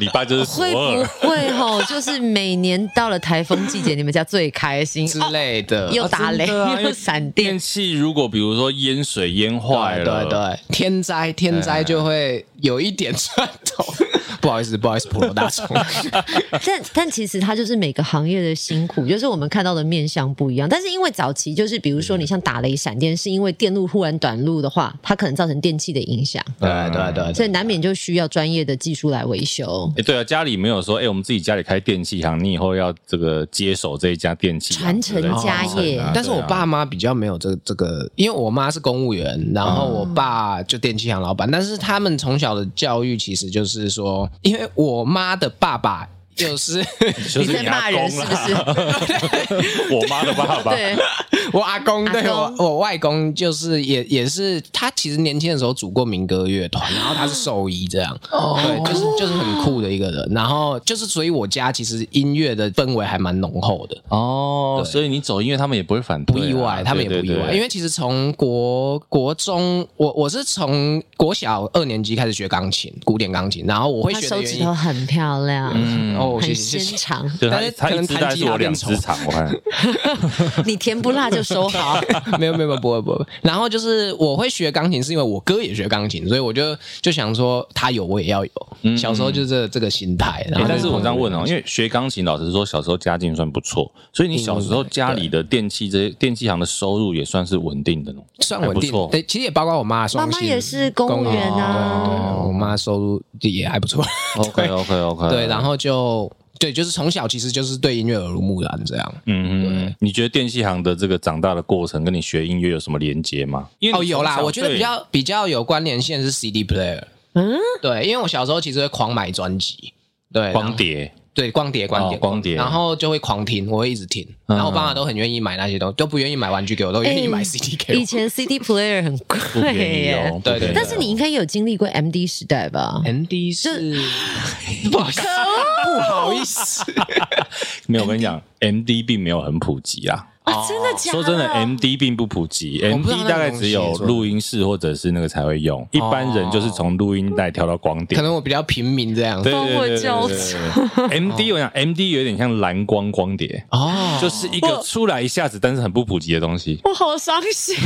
Speaker 3: 你爸就是
Speaker 4: 会
Speaker 3: 索
Speaker 4: 不
Speaker 3: 尔，
Speaker 4: 会吼？就是每年到了台风季节，你们家最开心，
Speaker 1: 之
Speaker 4: 哦、
Speaker 1: 类的。
Speaker 4: 又打雷、
Speaker 3: 真的啊因为
Speaker 4: 又闪
Speaker 3: 电
Speaker 4: 电，
Speaker 3: 器如果比如说淹水淹坏
Speaker 1: 对
Speaker 3: 了，
Speaker 1: 对对，天灾天灾就会有一点传统。 不好意思，不好意思，普罗大众。
Speaker 4: 但但其实它就是每个行业的辛苦，就是我们看到的面相不一样。但是因为早期就是比如
Speaker 3: 嗯
Speaker 4: 说你像打雷闪电，是因为电路忽然短路的话，它可能造成电器的影响，
Speaker 1: 对对对
Speaker 4: 所
Speaker 1: 对，
Speaker 4: 以难免就需要专业的技术来维修。
Speaker 3: 哎，对啊，家里没有说，哎，我们自己家里开电器行，你以后要这个接手这一家电器行
Speaker 4: 传承
Speaker 3: 之类的
Speaker 4: 家
Speaker 3: 传
Speaker 4: 业
Speaker 3: 承啊
Speaker 1: 但是我
Speaker 3: 对啊
Speaker 1: 爸妈比较没有这这个，因为我妈是公务员，然
Speaker 3: 嗯
Speaker 1: 后我爸就电器行老板，但是他们从小的教育其实就是说，因为我妈的爸爸就是
Speaker 3: 就
Speaker 4: 你
Speaker 3: 是
Speaker 4: 在
Speaker 3: 你阿
Speaker 4: 骂
Speaker 3: 公
Speaker 4: 人是不是？
Speaker 3: 是？ 我妈的爸爸，
Speaker 4: 对，
Speaker 1: 我阿公
Speaker 4: 阿
Speaker 1: 对
Speaker 4: 公
Speaker 1: 我我外公就是也也是他其实年轻的时候组过民歌乐 团，然后他是兽医这样，
Speaker 3: 哦
Speaker 1: 对，就是就是很酷的一个人。然后就是所以我家其实音乐的氛围还蛮浓厚的，
Speaker 3: 哦，
Speaker 1: 对
Speaker 3: 所以你走音乐，他们也不会反对
Speaker 1: 不
Speaker 3: 啊，
Speaker 1: 意外，他们也不
Speaker 3: 对
Speaker 1: 意外，因。为其实从国国中，我我是从国小二年级开始学钢琴，古典钢琴，然后我会
Speaker 4: 她
Speaker 1: 学的
Speaker 4: 手
Speaker 1: 原
Speaker 4: 指
Speaker 1: 因
Speaker 4: 头，很漂亮，
Speaker 1: 嗯，哦，谢
Speaker 4: 很
Speaker 1: 谢谢
Speaker 4: 纤
Speaker 1: 谢。
Speaker 4: 长。
Speaker 3: 对
Speaker 1: 但
Speaker 3: 对
Speaker 1: 是
Speaker 3: 他，他
Speaker 1: 可
Speaker 3: 一
Speaker 1: 能
Speaker 3: 只
Speaker 1: 弹
Speaker 3: 带
Speaker 1: 吉
Speaker 3: 是
Speaker 1: 他
Speaker 3: 我两
Speaker 1: 变丑
Speaker 3: 只长，我看
Speaker 4: 你甜不辣就收好，
Speaker 1: 没有没有没有不会不会。然后就是我会学钢琴，是因为我哥也学钢琴，所以我就就想说他有我也要有。小时候就是这这个心态。然
Speaker 3: 欸
Speaker 1: 后
Speaker 3: 嗯但是我这样问哦，因为学钢琴，老实说，小时候家境算不错，所以你小时候
Speaker 1: 嗯
Speaker 3: 家里的电器这些电器行的收入也算是稳定的咯，
Speaker 1: 算稳
Speaker 3: 还不
Speaker 1: 定，
Speaker 3: 错
Speaker 1: 对，其实也包括我妈的
Speaker 4: 妈
Speaker 1: 双薪，
Speaker 4: 妈也是公务员啊。
Speaker 1: 哦对我妈收入也还不错。
Speaker 3: OK OK OK，
Speaker 1: 对，然后就对，就是从小其实就是对音乐耳濡目染这样。
Speaker 3: 嗯嗯，你觉得电器行的这个长大的过程跟你学音乐有什么连接吗？因为
Speaker 1: 哦，
Speaker 3: 你
Speaker 1: 有啦，
Speaker 3: 从小
Speaker 1: 我觉得
Speaker 3: 对
Speaker 1: 比较比较有关联线是 CD player。
Speaker 4: 嗯，
Speaker 1: 对，因为我小时候其实会狂买专辑，对，然
Speaker 3: 光
Speaker 1: 后
Speaker 3: 碟，
Speaker 1: 对，光碟，光碟，
Speaker 3: 哦光碟
Speaker 1: 然后就会狂听，我会一直听，然后我爸妈都很愿意买那些东西，都不愿意买玩具给我，都愿意
Speaker 4: 哎
Speaker 1: 买 CD 给我
Speaker 4: 以。前 CD player 很
Speaker 3: 不
Speaker 4: 贵
Speaker 3: 便宜
Speaker 4: 耶
Speaker 3: 哦，，
Speaker 1: 对
Speaker 3: 不便
Speaker 1: 对
Speaker 3: 宜
Speaker 4: 但是你应该有经历过 MD 时代吧？
Speaker 1: N D 是 不好意思， 不好意思，
Speaker 3: 没有，我跟你讲，MD 并没有很普及啊。
Speaker 4: 啊，真的假的？
Speaker 3: 说真的，MD 并不普及
Speaker 1: 我不知道
Speaker 3: ，MD
Speaker 1: 那个
Speaker 3: 大概只有
Speaker 1: 东西
Speaker 3: 录音室或者是那个才会用，一般人就是从录音带跳到光碟
Speaker 1: 可。能我比较平民这样
Speaker 3: 对。
Speaker 4: 帮
Speaker 3: 对
Speaker 4: 我
Speaker 3: 对对
Speaker 4: 交
Speaker 3: 对对对，MD 我想 MD 有点像蓝光光碟，
Speaker 1: 哦，
Speaker 3: 就是一个出来一下子，但是很不普及的东西。
Speaker 4: 我好伤心。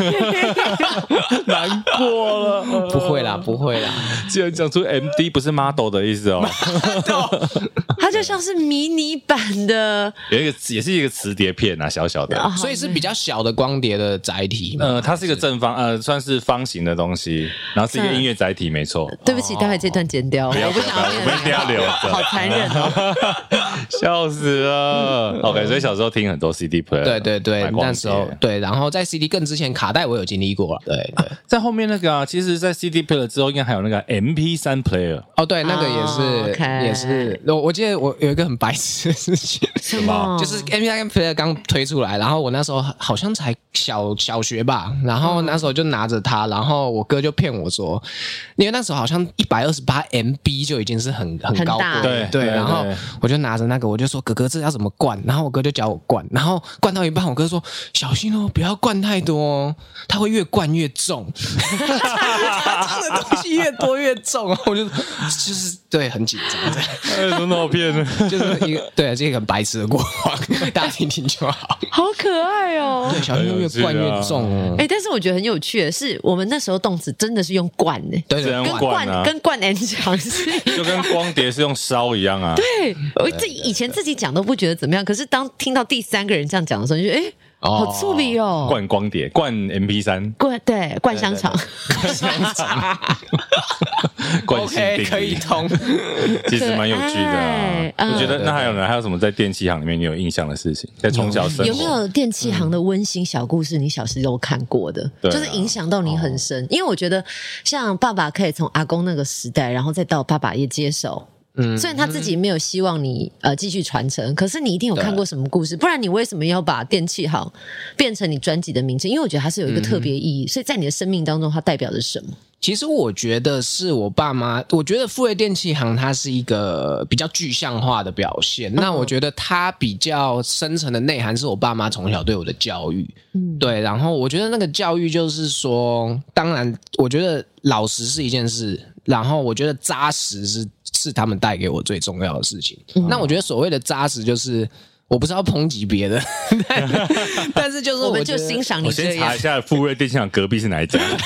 Speaker 3: 难过了，
Speaker 1: 不会啦，不会啦，
Speaker 3: 既然讲出 MD 不是 model 的意思哦，
Speaker 4: 它就像是迷你版的，
Speaker 3: 有一个也是一个磁碟片啊，小小的。
Speaker 1: 所以是比较小的光碟的载体嘛。
Speaker 3: 呃，它是一个正方，呃，算是方形的东西，然后是一个音乐载体，没错。
Speaker 4: 对不起，待会这段剪掉，我不想要
Speaker 3: 不要我们一定要留着
Speaker 4: 好残忍哦。
Speaker 3: 笑死了。OK，所以小时候听很多 CD player，
Speaker 1: 对对对
Speaker 3: 嗯买，光碟
Speaker 1: 那时候对，然后在 CD 更之前，卡带我有经历过了。对对，
Speaker 3: 在后面那个啊，其实，在 CD player 之后，应该还有那个 MP 三 player，
Speaker 1: 哦对，那个
Speaker 4: 哦
Speaker 1: 也是
Speaker 4: ，OK
Speaker 1: 也是，我我记得我有一个很白痴的事情，
Speaker 4: 什么
Speaker 1: 就是 M P 三 Player 刚推出来，然后我那时候好像才小小学吧，然后那时候就拿着它，然后我哥就骗我说，因为那时候好像一百二十八 M B 就已经是很很
Speaker 4: 很
Speaker 1: 高
Speaker 4: 大
Speaker 1: 过
Speaker 3: 对
Speaker 1: 了对，
Speaker 3: 对
Speaker 1: 然后
Speaker 3: 对
Speaker 1: 我就拿着那个，我就说哥哥这要怎么灌，然后我哥就教我灌，然后灌到一半，我哥说小心哦，不要灌太多哦，它会越灌越重， 他装的东西越多越重，然后我就就是对很紧张这样。
Speaker 3: 哎，怎么骗呢？
Speaker 1: 就是一个对，这个很白痴的过往，大家听听就好。
Speaker 4: 好可爱哦。
Speaker 1: 对，小心越灌越重哦。
Speaker 4: 哎，但是我觉得很有趣的是，我们那时候动词真的是用灌呢，
Speaker 1: 对
Speaker 3: 这
Speaker 1: 对
Speaker 3: 样
Speaker 4: 跟
Speaker 3: 灌啊
Speaker 4: 灌跟灌 N 强是。
Speaker 3: 就跟光碟是用烧一样啊。
Speaker 4: 对，我自己以前自己讲都不觉得怎么样，可是当听到第三个人这样讲的时候，你就觉得哎，好粗鄙哦。
Speaker 3: 灌光碟，灌 MP 三，
Speaker 4: 灌对灌香肠，
Speaker 3: 灌性定
Speaker 1: ，OK，
Speaker 3: 理
Speaker 1: 可以通。
Speaker 3: 其实蛮有趣的、啊
Speaker 4: 可爱。嗯
Speaker 3: 我觉得那还有呢，还有什么在电器行里面你有印象的事情？在从小生活
Speaker 4: 有没有电器行的温馨小故事？你小时候看过的，
Speaker 1: 嗯
Speaker 3: 对啊
Speaker 4: 就是影响到你很
Speaker 1: 哦
Speaker 4: 深。因为我觉得，像爸爸可以从阿公那个时代，然后再到爸爸也接手。嗯，虽然他自己没有希望你呃继续传承，可是你一定有看过什么故事，不然你为什么要把电器行变成你专辑的名称？因为我觉得它是有一个特别意义，所以在你的生命当中，它代表着什么？
Speaker 1: 其实我觉得是我爸妈，我觉得富瑞电器行它是一个比较具象化的表现。那我觉得它比较深层的内涵是我爸妈从小对我的教育。
Speaker 4: 嗯，
Speaker 1: 对，然后我觉得那个教育就是说，当然，我觉得老实是一件事，然后我觉得扎实是是他们带给我最重要的事情。那我觉得所谓的扎实，就是我不是要抨击别人，但 但是就是
Speaker 4: 我
Speaker 1: 我
Speaker 4: 们
Speaker 1: 觉
Speaker 4: 就
Speaker 1: 得
Speaker 4: 欣赏你
Speaker 3: 我
Speaker 4: 这
Speaker 3: 先查
Speaker 4: 样
Speaker 3: 一。下富瑞电器行隔壁是哪一家。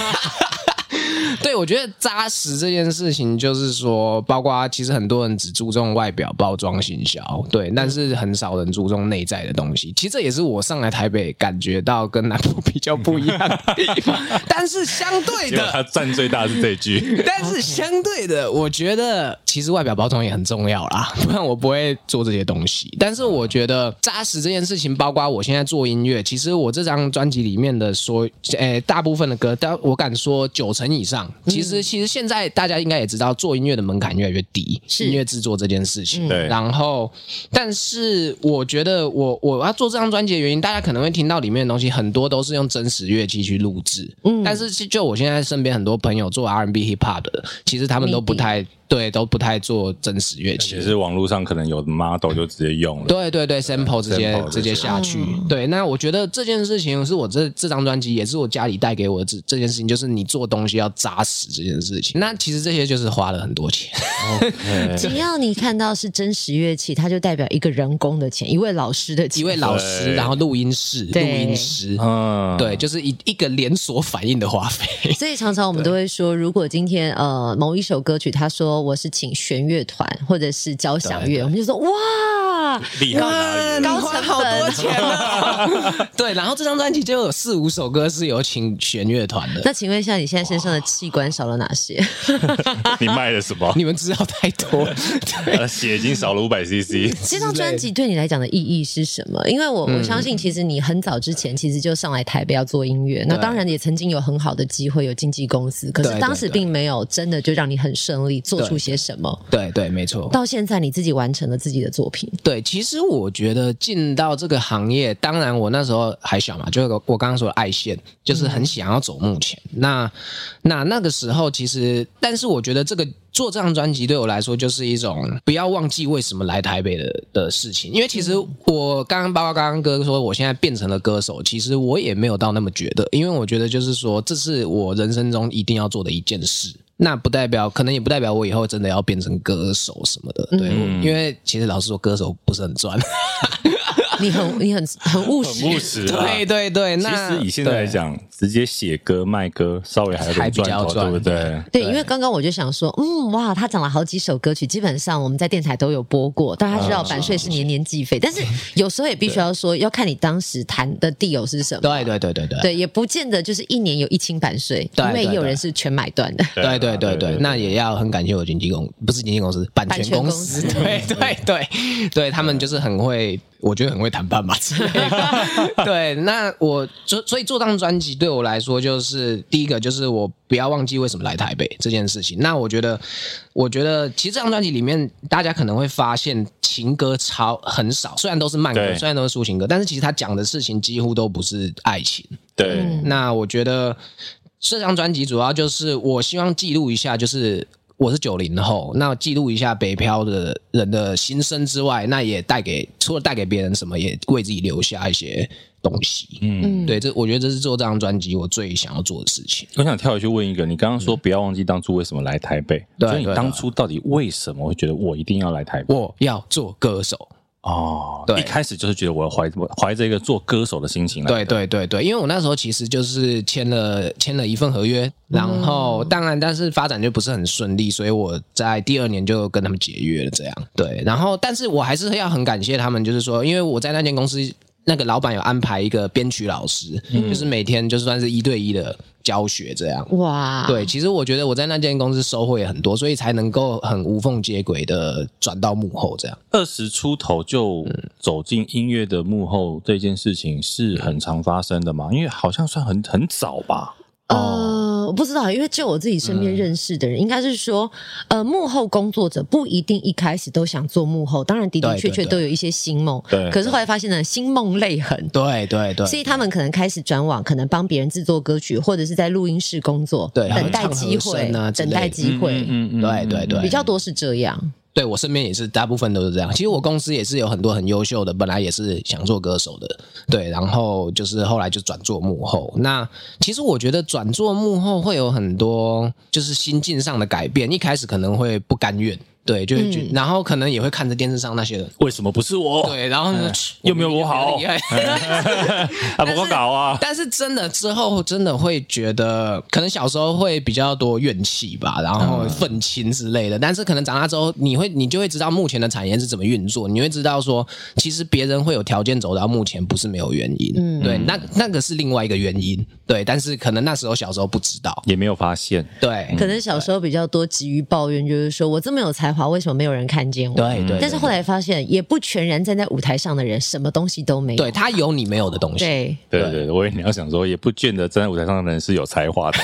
Speaker 1: 对，我觉得扎实这件事情，就是说，包括其实很多人只注重外表包装行销，对，但是很少人注重内在的东西。其实这也是我上来台北感觉到跟南部比较不一样的地方， 但是相对
Speaker 3: 结果
Speaker 1: 的，
Speaker 3: 他占最大是这句，
Speaker 1: 但 是相对的，我觉得其实外表包装也很重要啦， 不然我不会做这些东西。但是我觉得扎实这件事情，包括我现在做音乐，其实我这张专辑里面的所，诶、大部分的歌，但我敢说九成以上，其实其实现在大家应该也知道，做音乐的门槛越来越低，
Speaker 4: 是
Speaker 1: 音乐制作这件事情。
Speaker 3: 对
Speaker 1: 然后，但是我觉得我我要做这张专辑的原因，大家可能会听到里面的东西很多都是用真实乐器去录制，嗯，但是其就我现在身边很多朋友做 R&B hip hop 的，其实他们都不太对，都不太做真实乐器
Speaker 3: 其，实网络上可能有 model 就直接用了，
Speaker 1: 对对对，sample 直接
Speaker 3: sample
Speaker 1: 直接
Speaker 3: 这些
Speaker 1: 下去。对，那我觉得这件事情是我这这张专辑，也是我家里带给我的这这件事情，就是你做东西要扎实这件事情。那其实这些就是花了很多钱，
Speaker 4: 只要你看到是真实乐器，它就代表一个人工的钱，一位老师的钱，
Speaker 1: 一位老师，
Speaker 3: 对
Speaker 1: 然后录音室，录
Speaker 4: 对
Speaker 1: 音师，
Speaker 3: 嗯，
Speaker 1: 对，就是一一个连锁反应的花费。
Speaker 4: 所以常常我们都会说，如果今天呃某一首歌曲，他说我是请弦乐团或者是交响乐，我们就说哇，
Speaker 3: 厉害到哪里了？
Speaker 4: 高成本。
Speaker 1: 对，然后这张专辑就有四五首歌是有请弦乐团的。
Speaker 4: 那请问一下，你现在身上的器官少了哪些？
Speaker 3: 你卖了什么？
Speaker 1: 你们知道太多，对，
Speaker 3: 呃血已经少了五百 CC，
Speaker 4: 这张专辑对你来讲的意义是什么？因为我我相信，其实你很早之前其实就上来台北要做音乐，那当然也曾经有很好的机会，有经纪公司，可是
Speaker 1: 对
Speaker 4: 当时
Speaker 1: 对
Speaker 4: 并没有真的就让你很顺利做出些什么。
Speaker 1: 对对，没错。
Speaker 4: 到现在你自己完成了自己的作品，
Speaker 1: 对，其实我觉得进到这个行业，当然我那时候还小嘛，就是我刚刚说的爱线，就是很想要走幕前。那那那个时候，其实，但是我觉得这个做这张专辑对我来说，就是一种不要忘记为什么来台北的的事情。因为其实我刚刚包括刚刚哥说，我现在变成了歌手，其实我也没有到那么觉得，因为我觉得就是说，这是我人生中一定要做的一件事。那不代表，可能也不代表我以后真的要变成歌手什么的，对，
Speaker 3: 嗯
Speaker 1: 我因为其实老实说，歌手不是很赚，
Speaker 4: 你很你很很务
Speaker 3: 很
Speaker 4: 实，
Speaker 3: 务实啊。
Speaker 1: 对对对，
Speaker 3: 其
Speaker 1: 那
Speaker 3: 实以现在来讲，直接写歌卖歌，稍微还有点赚
Speaker 1: 还
Speaker 3: 头，
Speaker 1: 比较赚
Speaker 3: 对不对？
Speaker 4: 对，因为刚刚我就想说，嗯，哇，他讲了好几首歌曲，基本上我们在电台都有播过。大家知道
Speaker 1: 啊
Speaker 4: 版税是年年计 费，但是有时候也必须要说，要看你当时谈的地友是什么。
Speaker 1: 对对对对对对
Speaker 4: 对，也不见得就是一年有一清版税，
Speaker 1: 对
Speaker 4: 因为也
Speaker 1: 对
Speaker 4: 有
Speaker 1: 对
Speaker 4: 人是全买断的。
Speaker 1: 对对对
Speaker 3: 对
Speaker 1: 对，那也要很感谢我经纪公，不是经纪公司，版
Speaker 4: 版
Speaker 1: 权
Speaker 4: 权
Speaker 1: 公
Speaker 4: 公
Speaker 1: 司，
Speaker 4: 司
Speaker 1: 对对对对，他们就是很会，我觉得很会谈判吧之类的。对，那我所所以做张专辑对我来说，就是第一个就是我不要忘记为什么来台北这件事情。那我觉得，我觉得其实这张专辑里面，大家可能会发现情歌超很少，虽然都是慢歌，
Speaker 3: 对
Speaker 1: 虽然都是抒情歌，但是其实他讲的事情几乎都不是爱情。
Speaker 3: 对，
Speaker 1: 那我觉得这张专辑主要就是我希望记录一下，就是我是九零后，那记录一下北漂的人的心声之外，那也带给除了带给别人什么，也为自己留下一些东西。嗯，对，这我觉得这是做这张专辑我最想要做的事情。
Speaker 3: 我想跳回去问一个，你刚刚说不要忘记当初为什么来台北，
Speaker 1: 嗯对
Speaker 3: 所以你
Speaker 1: 对
Speaker 3: 当初到底为什么会觉得我一定要来台北？
Speaker 1: 我要做歌手。
Speaker 3: 哦，
Speaker 1: 对
Speaker 3: 一开始就是觉得我要怀怀着一个做歌手的心情来，
Speaker 1: 对对对对，因为我那时候其实就是签了签了一份合约，然后、
Speaker 4: 嗯
Speaker 1: 当然但是发展就不是很顺利，所以我在第二年就跟他们解约了。这样对，然后但是我还是要很感谢他们，就是说，因为我在那间公司。那个老板有安排一个编曲老师，就是每天就算是一对一的教学这样。
Speaker 4: 哇，
Speaker 1: 对，其实我觉得我在那间公司收获也很多，所以才能够很无缝接轨的转到幕后这样。
Speaker 3: 二十出头就
Speaker 1: 嗯
Speaker 3: 走进音乐的幕后这件事情是很常发生的嘛？因为好像算很很早吧，
Speaker 1: 哦
Speaker 4: 呃，我不知道，因为就我自己身
Speaker 1: 嗯
Speaker 4: 边认识的人，应该是说，呃，幕后工作者不一定一开始都想做幕后，当然的的
Speaker 1: 对
Speaker 4: 确
Speaker 1: 对
Speaker 4: 确
Speaker 1: 对
Speaker 4: 都有一些新梦，
Speaker 3: 对
Speaker 4: 可是后来发现呢，新梦泪痕。
Speaker 1: 对对对，
Speaker 4: 所以他们可能开始转往，可能帮别人制作歌曲，或者是在录音室工作，
Speaker 1: 对
Speaker 4: 等待
Speaker 1: 唱和
Speaker 4: 机会
Speaker 1: 声啊之
Speaker 4: 等
Speaker 1: 类的
Speaker 4: 待机会，
Speaker 3: 嗯
Speaker 1: 对对对
Speaker 4: 比较多是这样。
Speaker 1: 对我身边也是，大部分都是这样。其实我公司也是有很多很优秀的，本来也是想做歌手的，对，然后就是后来就转做幕后。那其实我觉得转做幕后会有很多就是心境上的改变，一开始可能会不甘愿。对，就会觉
Speaker 3: 嗯
Speaker 1: 然后可能也会看着电视上那些人，
Speaker 3: 为什么不是我？
Speaker 1: 对，然后呢，
Speaker 3: 哦哎又没有我好哎
Speaker 1: 厉害。
Speaker 3: 啊，不够搞啊！
Speaker 1: 但是真的之后真的会觉得，可能小时候会比较多怨气吧，然后愤青之类的。但是可能长大之后，你会你就会知道目前的产业是怎么运作，你会知道说，其实别人会有条件走到目前，不是没有原因。嗯，对，那那个是另外一个原因。对，但是可能那时候小时候不知道。
Speaker 3: 也没有发现，
Speaker 1: 对，
Speaker 4: 可能小时候比较多急于抱怨，就是说我这么有才华，为什么没有人看见我？
Speaker 1: 对对
Speaker 4: 但是后来发现，也不全然站在舞台上的人，什么东西都没有。
Speaker 1: 对他有你没有的东西。
Speaker 4: 对
Speaker 3: 对对对，我以为你要想说，也不见得站在舞台上的人是有才华 的。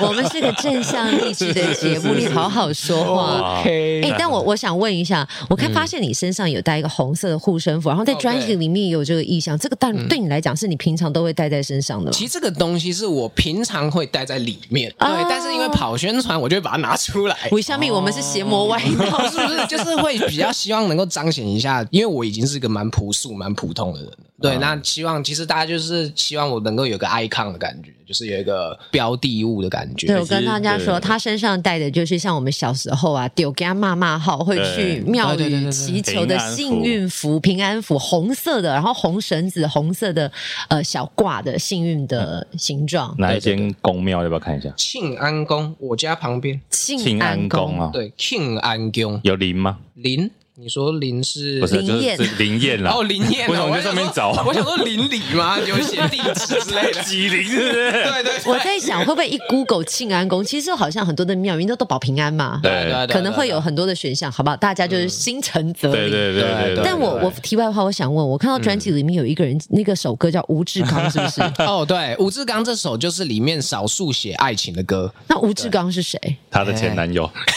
Speaker 4: 我们是个正向励志的节
Speaker 3: 是是
Speaker 4: 目，
Speaker 3: 是
Speaker 4: 你好好说 话。
Speaker 1: OK，
Speaker 4: 哎、但我我想问一下，我看发现你身上有带一个红色的护身符，然后在
Speaker 1: OK
Speaker 4: 专辑里面也有这个意象，这个但
Speaker 1: 嗯
Speaker 4: 对你来讲是你平常都会带在身上的吗？
Speaker 1: 其实这个东西是我平常会带在里面，对，
Speaker 4: 哦
Speaker 1: 但是因为跑宣传，我就会把它拿出来。
Speaker 4: 我下面我们是邪魔歪道，
Speaker 1: 是不是就是会比较希望能够彰显一下？因为我已经是个蛮朴素、蛮普通的人了。
Speaker 4: 嗯
Speaker 1: 对，那希望其实大家就是希望我能够有个 icon 的感觉，就是有一个标的物的感觉。
Speaker 4: 对，我跟大家
Speaker 3: 对
Speaker 4: 说，
Speaker 3: 对对
Speaker 4: 他身上带的就是像我们小时候啊，丢给他骂骂号，会
Speaker 3: 对
Speaker 4: 去庙
Speaker 1: 对对对
Speaker 4: 宇
Speaker 1: 对对
Speaker 4: 祈求
Speaker 3: 平
Speaker 4: 的
Speaker 3: 安符
Speaker 4: 幸运符、平安符，红色的，然后红绳子、红色的呃小挂的幸运的
Speaker 3: 嗯
Speaker 4: 形状，
Speaker 3: 哪一间宫庙要不要看一下？
Speaker 1: 庆安宫，我家旁边，
Speaker 4: 庆
Speaker 3: 庆安
Speaker 4: 安
Speaker 3: 宫
Speaker 4: 宫。
Speaker 3: 啊，
Speaker 1: 对，庆安宫
Speaker 3: 有灵吗？
Speaker 1: 林，你说林是？
Speaker 3: 不是，
Speaker 4: 灵
Speaker 3: 就是
Speaker 4: 验
Speaker 3: 是灵验啦。
Speaker 1: 哦，林燕啊，
Speaker 3: 为什么
Speaker 1: 我
Speaker 3: 在上面
Speaker 1: 想说
Speaker 3: 找
Speaker 1: 我想说邻里嘛，有写地址之 类的。
Speaker 3: 几灵是不是？
Speaker 1: 对对
Speaker 4: 我在想，会不会一 Google 庆安宫，其实好像很多的庙宇都都保平安嘛，
Speaker 3: 对嗯
Speaker 1: 对，
Speaker 4: 可能会有很多的选项，好不好？大家就是心诚则
Speaker 3: 对
Speaker 4: 灵。
Speaker 3: 对对对对。
Speaker 4: 但我
Speaker 3: 对嗯
Speaker 4: 我题外话，我想问，我看到专辑里面有一个人，那个首歌叫吴志刚，是 不是？
Speaker 1: 哦，对，吴志刚这首就是里面少数写爱情的歌，
Speaker 4: 那吴志刚是谁？
Speaker 3: 她的前男友，
Speaker 4: 哎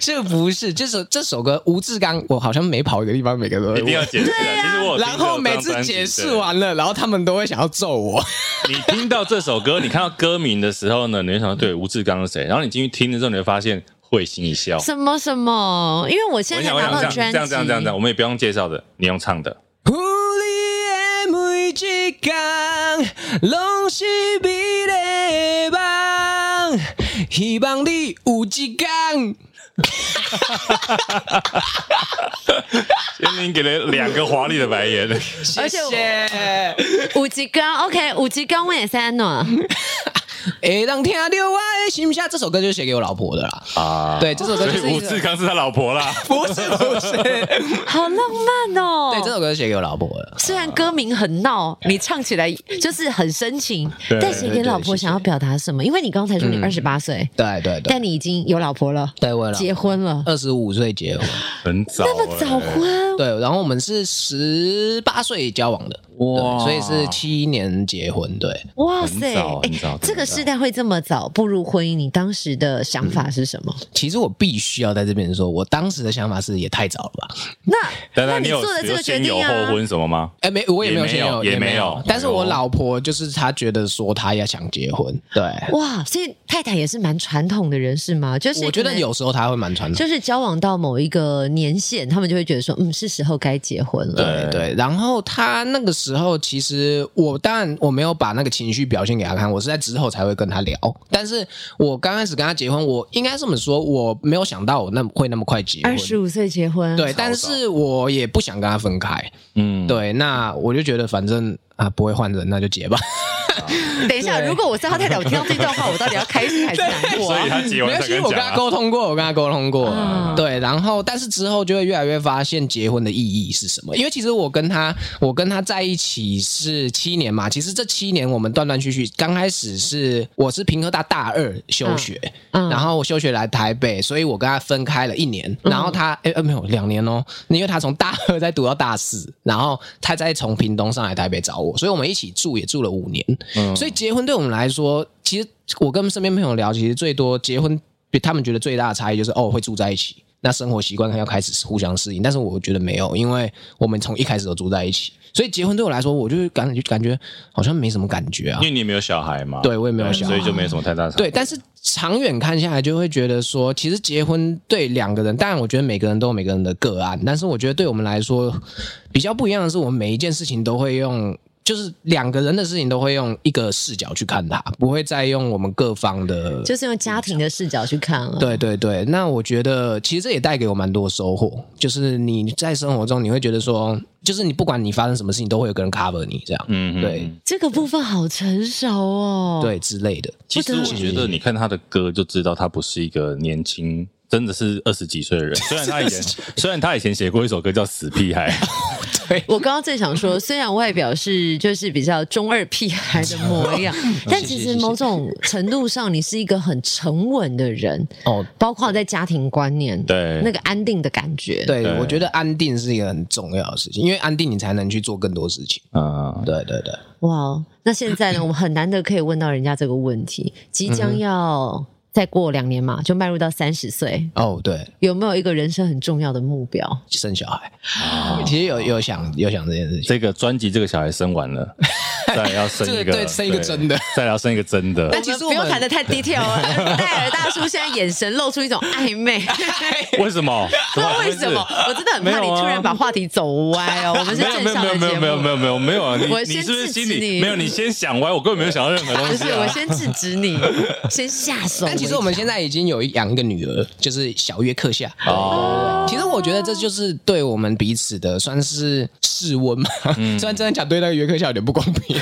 Speaker 1: 这不是这首这首歌吴志刚，我好像每跑一个地方，每个都会
Speaker 3: 一定要
Speaker 1: 问。
Speaker 3: 解释啊。其实我有听
Speaker 1: 然后
Speaker 3: 这张
Speaker 1: 每
Speaker 3: 专
Speaker 1: 次
Speaker 3: 辑
Speaker 1: 解释，完了，然后他们都会想要揍我。
Speaker 3: 对你听到这首歌，你看到歌名的时候呢，你就想对吴志刚是谁？然后你进去听的时候，你会发现会心一笑。
Speaker 4: 什么什么？因为我
Speaker 3: 我
Speaker 4: 现在才
Speaker 3: 想，我
Speaker 4: 拿
Speaker 3: 想
Speaker 4: 到
Speaker 3: 这样，
Speaker 4: 专辑，
Speaker 3: 这样，这样，这样，这样，我们也不用介绍的，你用唱的。
Speaker 1: 有你的每一天，拢是美丽的梦。希望你有一天，
Speaker 3: 先你给了两个华丽的白 眼，
Speaker 1: 谢
Speaker 4: 而且我
Speaker 1: 谢。
Speaker 4: 五级刚 OK，五级刚我也三暖，
Speaker 1: 会当哎听到我的心声，这首歌就是写给我老婆的啦。
Speaker 3: 啊，
Speaker 1: 对，这首歌
Speaker 3: 所
Speaker 1: 就
Speaker 3: 以
Speaker 1: 是一
Speaker 3: 吴
Speaker 1: 个
Speaker 3: 志刚是他老婆啦。
Speaker 1: 不是不 是，
Speaker 4: 好浪漫哦。
Speaker 1: 对，这首歌是写给我老婆的。
Speaker 4: 虽然歌名很闹，你唱起来就是很深情，
Speaker 3: 对
Speaker 4: 但写给老婆想要表达什么？因为你刚才说
Speaker 3: 嗯
Speaker 4: 你二十八岁，
Speaker 1: 对对对，
Speaker 4: 但你已经有老婆了，
Speaker 1: 对我老
Speaker 4: 结婚了，
Speaker 1: 二十五岁 结婚，
Speaker 3: 很早、欸
Speaker 4: 那么早婚，
Speaker 1: 对，然后我们是十八岁交往的，
Speaker 3: 哇
Speaker 1: 对，所以是七年结婚，对。
Speaker 4: 哇塞！
Speaker 3: 很早很
Speaker 4: 诶
Speaker 3: 早
Speaker 4: 这个世代会这么早步入婚姻，你当时的想法是什么？
Speaker 1: 其实我必须要在这边说，我当时的想法是也太早了吧？
Speaker 4: 那
Speaker 3: 但
Speaker 4: 那
Speaker 3: 是
Speaker 4: 你
Speaker 3: 你有
Speaker 4: 做的这
Speaker 3: 有
Speaker 4: 个决
Speaker 3: 先有
Speaker 4: 定啊
Speaker 3: 后，婚什么吗？
Speaker 1: 哎，没，我也没有
Speaker 3: 也没
Speaker 1: 先
Speaker 3: 有
Speaker 1: 有，
Speaker 3: 也
Speaker 1: 没
Speaker 3: 没有
Speaker 1: 但是我
Speaker 3: 哎呦
Speaker 1: 老婆就是她觉得说她也想结婚，对，
Speaker 4: 哇，所以太太也是蛮传统的人是吗？就是
Speaker 1: 我觉
Speaker 4: 可
Speaker 1: 得
Speaker 4: 能
Speaker 1: 有时候她会蛮传统的。
Speaker 4: 就是交往到某一个年限，他们就会觉得说，嗯，是时候该结婚
Speaker 1: 对
Speaker 4: 了。
Speaker 1: 对，然后他那个时候，其实我当然我没有把那个情绪表现给他看，我是在之后才会跟他聊。但是我刚开始跟他结婚，我应该这么说，我没有想到我那么会那么快结婚
Speaker 4: 二。十五岁结婚，
Speaker 1: 对，但是我也不想跟他分开。
Speaker 3: 嗯，
Speaker 1: 对，那我就觉得反正啊不会换人，那就结吧。
Speaker 4: 等一下，
Speaker 1: 对
Speaker 4: 如果我是他太太，我听到这段话，我到底要开心还是难 过
Speaker 3: 所以
Speaker 4: 啊？
Speaker 3: 他结
Speaker 1: 没
Speaker 3: 完
Speaker 1: 有，
Speaker 3: 才
Speaker 1: 其实
Speaker 3: 跟
Speaker 1: 我
Speaker 3: 你
Speaker 1: 跟
Speaker 3: 讲、
Speaker 1: 他
Speaker 3: 啊。嗯
Speaker 1: 沟通过，我跟他沟通过，嗯
Speaker 4: 啊
Speaker 1: 对，然后但是之后就会越来越发现结婚的意义是什么，因为其实我跟他，我跟他在一起是七年嘛，其实这七年我们断断续续，刚开始是我是平科大大二休学，
Speaker 4: 嗯嗯
Speaker 1: 然后我休学来台北，所以我跟他分开了一年，然后他哎、呃没有两年哦，因为他从大二再读到大四，然后他再从屏东上来台北找我，所以我们一起住也住了五年，所以结婚对我们来说，其实我跟身边朋友聊，其实最多结婚，他们觉得最大的差异就是哦会住在一起，那生活习惯要开始互相适应。但是我觉得没有，因为我们从一开始都住在一起，所以结婚对我来说，我就感就感觉好像没什么感觉啊
Speaker 3: 因。为你没有小孩嘛，
Speaker 1: 对我也没有小孩
Speaker 3: 所以就没什么太大差。
Speaker 1: 对，但是长远看下来，就会觉得说，其实结婚对两个人，当然我觉得每个人都有每个人的个案，但是我觉得对我们来说比较不一样的是，我们每一件事情都会用。就是两个人的事情都会用一个视角去看它，不会再用我们各方的。
Speaker 4: 就是用家庭的视角去看了。
Speaker 1: 对对对，那我觉得其实这也带给我蛮多收获，就是你在生活中你会觉得说，就是你不管你发生什么事情，都会有个人 cover 你这样，
Speaker 3: 嗯哼
Speaker 1: 对
Speaker 4: 这个部分好成熟哦。，
Speaker 1: 对之类的。
Speaker 3: 其实我觉得，你看他的歌就知道，他不是一个年轻，真的是二十几岁的 人。虽然他以前，虽然他以前写过一首歌叫《死屁孩》，
Speaker 4: 我刚刚正想说， 虽然外表是就是比较中二屁孩的模 样，
Speaker 1: 嗯
Speaker 4: 但其实某种程度上，你是一个很沉稳的人，
Speaker 1: 哦，
Speaker 4: 包括在家庭观念，
Speaker 3: 对
Speaker 4: 那个安定的感觉，
Speaker 1: 对，
Speaker 3: 对
Speaker 1: 我觉得安定是一个很重要的事情，因为安定你才能去做更多事情。
Speaker 3: 嗯，
Speaker 1: 对对对，
Speaker 4: 哇，哦那现在 呢，我们很难得可以问到人家这个问题，即将要再过两年嘛，就迈入到三十岁，
Speaker 1: 哦对，
Speaker 4: 有没有一个人生很重要的目标？
Speaker 1: 生小孩，其实有有想有想这件事情。
Speaker 3: 这个专辑这个小孩生完 了，再来要生一
Speaker 1: 这
Speaker 3: 个，
Speaker 1: 个对生一个真的，
Speaker 3: 再来要生一个真的。
Speaker 1: 但其实我
Speaker 4: 不用
Speaker 1: 们
Speaker 4: 谈的太 detail 了， 戴尔大叔现在眼神露出一种暧昧。
Speaker 3: 为什么？
Speaker 4: 不知道为什么，我真的很怕你突然把话题走歪哦。我们是
Speaker 3: 没有
Speaker 4: 正
Speaker 3: 没有没
Speaker 4: 向的
Speaker 3: 有没
Speaker 4: 节
Speaker 3: 有没有没
Speaker 4: 目，
Speaker 3: 有没有没有啊！你
Speaker 4: 我
Speaker 3: 你
Speaker 4: 先
Speaker 3: 是不是
Speaker 4: 制止
Speaker 3: 心里
Speaker 4: 你
Speaker 3: 没有？你先想歪，我根本没有想到任何东
Speaker 4: 不
Speaker 3: 西
Speaker 4: 是
Speaker 3: 啊
Speaker 4: 我！先制止 你，先下手。
Speaker 1: 但其实我啊们现在已经有一养一个女儿，就是小约克夏。
Speaker 3: 哦，
Speaker 1: 其实我觉得这就是对我们彼此的算是试温嘛。虽然这样讲对那个约克夏有点不公 平，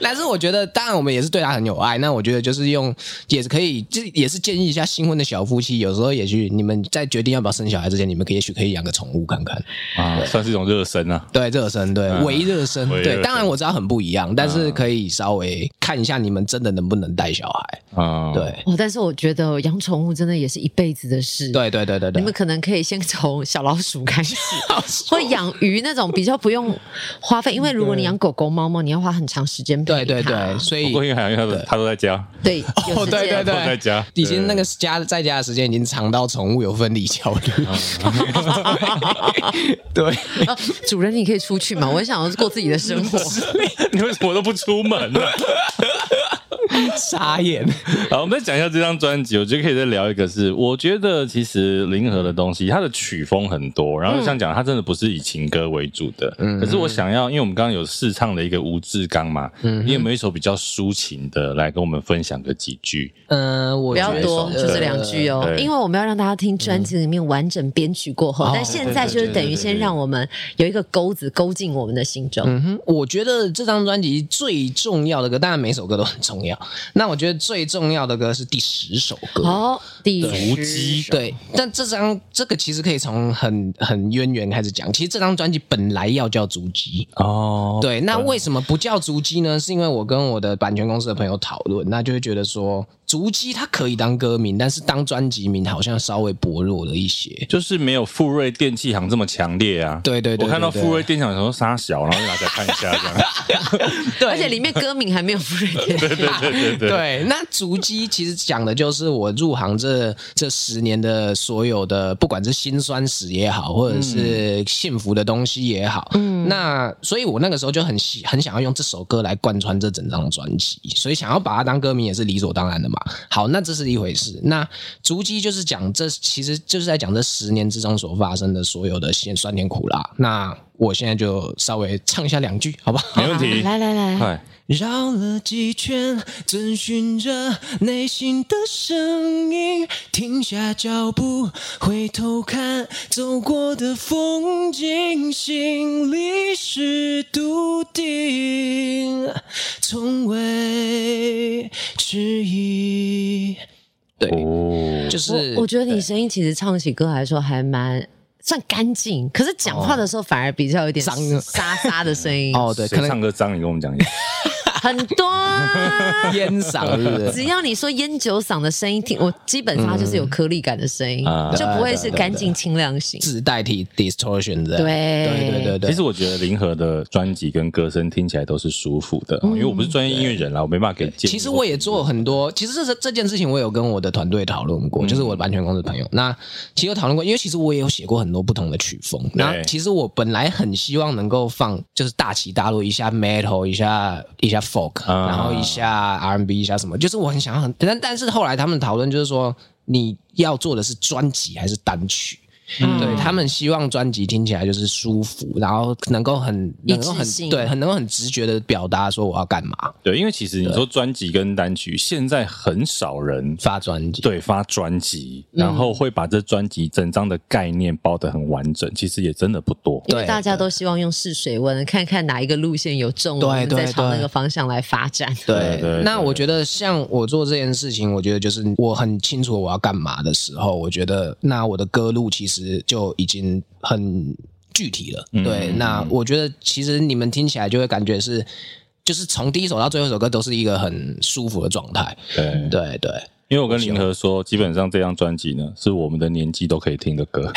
Speaker 1: 但是我觉得当然我们也是对他很有爱。那我觉得就是用也是可以，就是也是建议一下新婚的小夫妻，有时候也许你们在决定要不要生小孩之前，你们可以也许可以养个宠物看看。
Speaker 3: 啊，算是一种热身啊。
Speaker 1: 对，热身，对，微热身，
Speaker 3: 微热
Speaker 1: 对。
Speaker 3: 身
Speaker 1: 当然我知道很不一样，但是可以稍微看一下你们真的能不能带小孩。
Speaker 3: 啊，
Speaker 1: 对，
Speaker 4: 哦，但是我觉得养宠物真的也是一辈子的事。。
Speaker 1: 对，对，对，对，
Speaker 4: 你
Speaker 1: 对
Speaker 4: 们。可能可以先从小老鼠开始，或养鱼那种比较不用花费，因为如果你养狗狗、猫猫，你要花很长时间陪
Speaker 1: 对对
Speaker 4: 它
Speaker 1: 对，所
Speaker 3: 不
Speaker 1: 以
Speaker 3: 过因为好像他都他都在家，
Speaker 4: 对，有
Speaker 1: 哦，
Speaker 4: 时
Speaker 1: 对对
Speaker 4: 间
Speaker 1: 对，
Speaker 3: 都在家
Speaker 1: 已经那个家在家的时间已经长到宠物有分离焦
Speaker 3: 啊
Speaker 1: 虑。对，
Speaker 4: 呃 主人你可以出去嘛，我很想要过自己的生活。
Speaker 3: 你为什么都不出门 呢？
Speaker 1: 傻眼。
Speaker 3: 好，我们再讲一下这张专辑，我觉得可以再聊一个是，我觉得其实林和的东西，它的曲风很多，然后就像讲，它真的不是以情歌为主的，
Speaker 1: 嗯
Speaker 3: 可是我想要，因为我们刚刚有试唱了一个吴志刚嘛，
Speaker 1: 嗯
Speaker 3: 你有没有一首比较抒情的来跟我们分享个几句？
Speaker 1: 嗯， 我
Speaker 4: 不要
Speaker 1: 觉得
Speaker 4: 多，
Speaker 1: 呃
Speaker 4: 就是两句哦，
Speaker 3: 对
Speaker 4: 因为我们要让大家听专辑里面完整编曲过后，
Speaker 1: 哦
Speaker 4: 但现在就是等于先让我们有一个钩子勾进我们的心中。
Speaker 1: 嗯哼，我觉得这张专辑最重要的歌，当然每首歌都很重要。那我觉得最重要的歌是第十首歌。
Speaker 4: 好，第
Speaker 3: 足
Speaker 4: 十
Speaker 3: 迹
Speaker 4: 首，
Speaker 1: 对，但这张这个其实可以从很很渊源开始讲。其实这张专辑本来要叫《足迹》，
Speaker 3: 哦，
Speaker 1: 对，那为什么不叫足迹呢？是因为我跟我的版权公司的朋友讨论，那就会觉得说，足迹它可以当歌名，但是当专辑名好像稍微薄弱了一些。
Speaker 3: 就是没有富瑞电器行这么强烈啊。
Speaker 1: 对对对
Speaker 3: 我看到
Speaker 1: 对对
Speaker 3: 富瑞电器行，想说沙小，然后就拿起来看一下这样。
Speaker 1: 对
Speaker 4: 而且里面歌名还没有 不认
Speaker 3: 对对对对 对。
Speaker 1: 对，那足迹其实讲的就是我入行这这十年的所有的，不管是辛酸史也好，或者是幸福的东西也好，嗯，那所以我那个时候就很喜很想要用这首歌来贯穿这整张专辑，所以想要把它当歌名也是理所当然的嘛。好，那这是一回事。那足迹就是讲这，其实就是在讲这十年之中所发生的所有的辛酸甜苦辣。那我现在就稍微唱一下两句，好不好？
Speaker 3: 没问题。
Speaker 4: 来来来，
Speaker 3: 快，
Speaker 1: 绕了几圈，遵循着内心的声音，停下脚步，回头看走过的风景，心里是笃定，从未迟疑。对，
Speaker 3: 哦，
Speaker 1: 就是
Speaker 4: 我我觉得你声音其实唱起歌来说还蛮。算干净，可是讲话的时候反而比较有点
Speaker 1: 哦脏
Speaker 4: 沙沙的声音，
Speaker 1: 哦，对，
Speaker 3: 谁
Speaker 1: 可能
Speaker 3: 唱歌脏？你跟我们讲一下。
Speaker 4: 很多啊。
Speaker 1: 烟嗓是不是
Speaker 4: 只要你说烟酒嗓的声音，听我基本上它就是
Speaker 1: 嗯
Speaker 4: 有颗粒感的声音，
Speaker 1: 啊
Speaker 3: 嗯
Speaker 4: 就不会是干净清亮型。
Speaker 1: 自代替 distortion 这样。
Speaker 4: 对
Speaker 1: 对对对对，
Speaker 3: 其实我觉得林和的专辑跟歌声听起来都是舒服的，因为我不是专业音乐人啦，我没办法给建议。
Speaker 1: 其实我也做很多，其实这这这件事情我有跟我的团队讨论过，就是我的版权公司的朋友。那其实有讨论过，因为其实我也有写过很多不同的曲风。那其实我本来很希望能够放，就是大起大落，一下 metal，一下一下 folk，、
Speaker 3: 啊
Speaker 1: 然后一下 R&B，一下什么，就是我很想要很，但但是后来他们讨论就是说，你要做的是专辑还是单曲？
Speaker 4: 嗯
Speaker 1: 对他们希望专辑听起来就是舒服，然后能够很能够
Speaker 4: 一
Speaker 1: 很
Speaker 4: 致性
Speaker 1: 对，很能够很直觉的表达说我要干嘛，
Speaker 3: 对，因为其实你说专辑跟单曲，现在很少人
Speaker 1: 发专辑。
Speaker 3: 对发专辑，然后会把这专辑整张的概念包得很完整，其实也真的不多。
Speaker 4: 因为
Speaker 1: 对
Speaker 4: 大家都希望用试水温，看看哪一个路线有中，
Speaker 1: 对
Speaker 4: 我们再
Speaker 1: 对
Speaker 4: 朝那
Speaker 1: 对
Speaker 4: 个方向来发展。
Speaker 1: 对
Speaker 3: 对对
Speaker 1: 那
Speaker 3: 对
Speaker 1: 我觉得像我做这件事情，我觉得就是我很清楚我要干嘛的时候，我觉得那我的歌路其实就已经很具体了。
Speaker 3: 嗯
Speaker 1: 对，那我觉得其实你们听起来就会感觉是，就是从第一首到最后一首歌都是一个很舒服的状态。
Speaker 3: 对，
Speaker 1: 对对，
Speaker 3: 因为我跟林和说，基本上这张专辑呢，是我们的年纪都可以听的歌，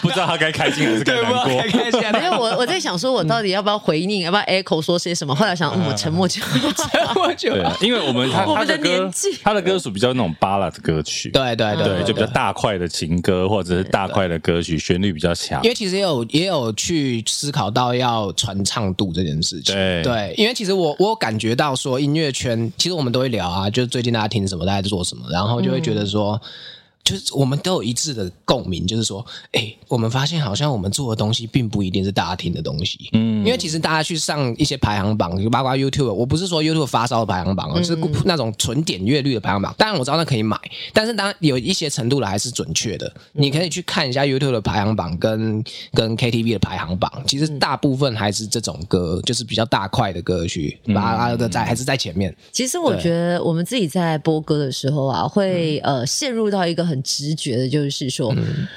Speaker 3: 不知道他该开心还是该难过。
Speaker 1: 开心
Speaker 4: 没有我，我在想说，我到底要不要回应，要不要 echo 说些什么？后来想，嗯，我沉默就沉默就
Speaker 3: 对，因为我们他
Speaker 4: 我
Speaker 3: 他
Speaker 4: 们的
Speaker 3: 的歌
Speaker 4: 年纪，
Speaker 3: 他的歌属比较那种巴拉的歌曲，
Speaker 1: 对对
Speaker 3: 对，
Speaker 1: 嗯对，
Speaker 3: 就比较大块的情歌或者是大块的歌曲，旋律比较强
Speaker 1: 因。为其实也有也有去思考到要传唱度这件事情。
Speaker 3: 对
Speaker 1: 因为其实我我有感觉到说音乐圈，其实我们都会聊啊，就是最近大家听什么，大家在做什么，然后就会觉得说。
Speaker 3: 嗯
Speaker 1: 就是我们都有一致的共鸣，就是说，哎、我们发现好像我们做的东西并不一定是大家听的东西，嗯，因为其实大家去上一些排行榜，包括 YouTube，我不是说 YouTube 发烧的排行
Speaker 3: 嗯
Speaker 1: 榜，而是那种纯点阅率的排行榜。当然我知道那可以买，但是当然有一些程度的还是准确的。你可以去看一下 YouTube 的排行榜跟跟 KTV 的排行榜，其实大部分还是这种歌，就是比较大块的歌曲，把它的在还是在前面。
Speaker 4: 其实我觉得我们自己在播歌的时候啊，会、
Speaker 1: 嗯
Speaker 4: 呃陷入到一个很直觉的，就是说、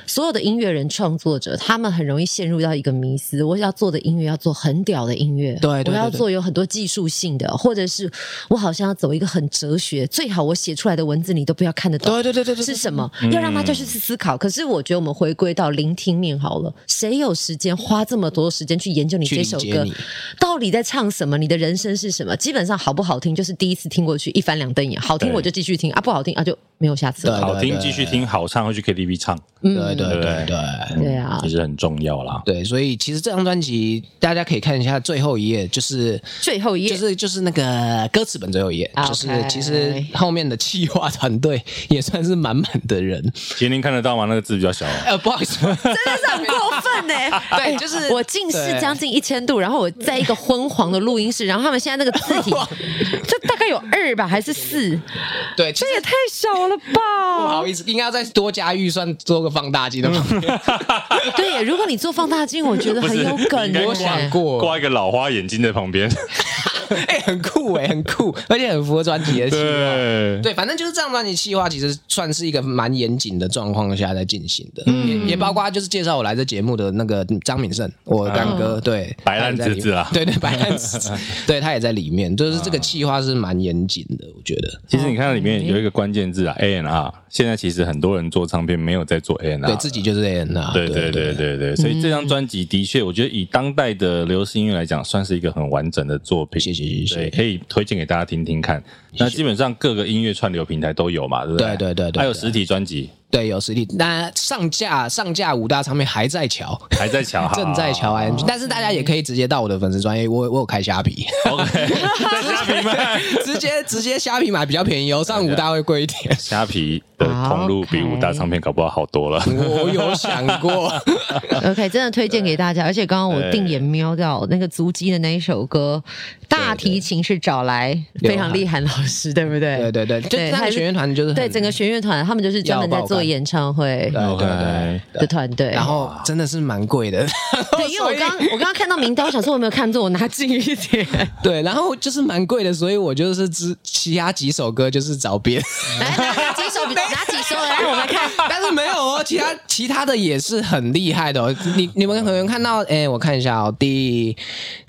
Speaker 4: 所有的音乐人创作者，他们很容易陷入到一个迷思：我要做的音乐要做很屌的音乐，
Speaker 1: 对对对
Speaker 4: 我要
Speaker 1: 对
Speaker 4: 做有很多技术性的，或者是我好像要走一个很哲学，最好我写出来的文字你都不要看得懂。
Speaker 1: 对对对对对，嗯
Speaker 4: 是什么？要让大家去思考。可是我觉得我们回归到聆听面好了，谁有时间花这么多时间去研究你
Speaker 1: 去
Speaker 4: 这
Speaker 1: 理
Speaker 4: 首
Speaker 1: 解
Speaker 4: 歌
Speaker 1: 你
Speaker 4: 到底在唱什么？你的人生是什么？基本上好不好听，就是第一次听过去一翻两瞪眼，好听
Speaker 3: 对
Speaker 4: 我就继续听啊，不好听啊就没有下次了。
Speaker 3: 好听
Speaker 1: 对对
Speaker 3: 继续听，好唱会去 KTV 唱，
Speaker 1: 对对对对
Speaker 3: 对
Speaker 1: 对。
Speaker 4: 对啊
Speaker 3: 其实很重要啦。
Speaker 1: 嗯对，所以其实这张专辑大家可以看一下最后一页，就是
Speaker 4: 最后一页啊
Speaker 1: 就是就是那个歌词本最后一页
Speaker 4: OK
Speaker 1: 就是其实后面的企划团队也算是满满的人。
Speaker 3: 今天看得到吗？那个字比较小。
Speaker 1: 呃，不好意思，
Speaker 4: 真的是很过分呢、
Speaker 1: 对就是
Speaker 4: 哎我近视
Speaker 1: 对
Speaker 4: 将近一千度，然后我在一个昏黄的录音室，然后他们现在那个 字体，这大概有二吧，还是四？
Speaker 1: 对，其
Speaker 4: 这也
Speaker 1: 实
Speaker 4: 太小了
Speaker 1: 不
Speaker 4: 吧！
Speaker 1: 好意思，应该要再多加预算，做个放大镜的
Speaker 3: 嗯
Speaker 1: 旁边。
Speaker 4: 对耶，如果你做放大镜，我觉得
Speaker 3: 不
Speaker 4: 很
Speaker 3: 是
Speaker 4: 有梗欸
Speaker 3: 你应该
Speaker 4: 耶。
Speaker 1: 我想过
Speaker 3: 挂一个老花眼镜在旁边。
Speaker 1: 哎、很酷哎、很酷，而且很符合专辑的企划。
Speaker 3: 对
Speaker 1: 对，反正就是这张专辑企划，其实算是一个蛮严谨的状况下在进行的，
Speaker 3: 嗯
Speaker 1: 也也包括就是介绍我来这节目的那个张敏胜，我干哥，对，
Speaker 3: 白啊烂
Speaker 1: 他也在
Speaker 3: 侄子
Speaker 1: 里
Speaker 3: 啊
Speaker 1: 面对对，白烂侄子，对他也在里面，就是这个企划是蛮严谨的，我觉得，
Speaker 3: 其实你看到里面有一个关键字
Speaker 1: 嗯
Speaker 3: 啊，A N R。现在其实很多人做唱片没有在做 A N R，
Speaker 1: 对自己就是这样的啊，
Speaker 3: 对对对对对，所以这张专辑的确，我觉得以当代的流行音乐来讲，算是一个很完整的作品。
Speaker 1: 谢谢谢谢
Speaker 3: 对可以推荐给大家听听看。那基本上各个音乐串流平台都有嘛，对不对
Speaker 1: 对对对对
Speaker 3: 还有实体专辑
Speaker 1: 对，有实力。那上架上架五大唱片还在瞧，
Speaker 3: 还在瞧，
Speaker 1: 正在
Speaker 3: 瞧。
Speaker 1: 瞧 IMG，但是大家也可以直接到我的粉丝专业，我我有开虾皮，
Speaker 3: OK，在虾皮卖。
Speaker 1: 直接直接虾皮买比较便宜哦，上五大会贵一点。
Speaker 3: 虾皮的
Speaker 1: 啊
Speaker 3: 通路比五大唱片搞不好好多了。
Speaker 1: 我有想过，
Speaker 4: OK，真的推荐给大家。而且刚刚我定眼瞄到那个足迹的那一首歌，大提琴是找来非常厉害老师，对不对？
Speaker 1: 对对对，就
Speaker 4: 对
Speaker 1: 那
Speaker 4: 还
Speaker 1: 个
Speaker 4: 是
Speaker 1: 弦乐团就是很
Speaker 4: 对整个弦乐团，他们就是专门在做演唱会
Speaker 1: 对对对，
Speaker 4: 的团队。
Speaker 1: 然后真的是蛮贵的，
Speaker 4: 对，因为我刚我刚刚看到名单，我想说我没有看错，我拿近一 点。
Speaker 1: 对，然后就是蛮贵的，所以我就是只其他几首歌就是找别人，
Speaker 4: 来，拿几首，拿几首来，我们看。
Speaker 1: 但是没有哦，其他其他的也是很厉害的、哦，你你们可能看到，哎，我看一下哦，第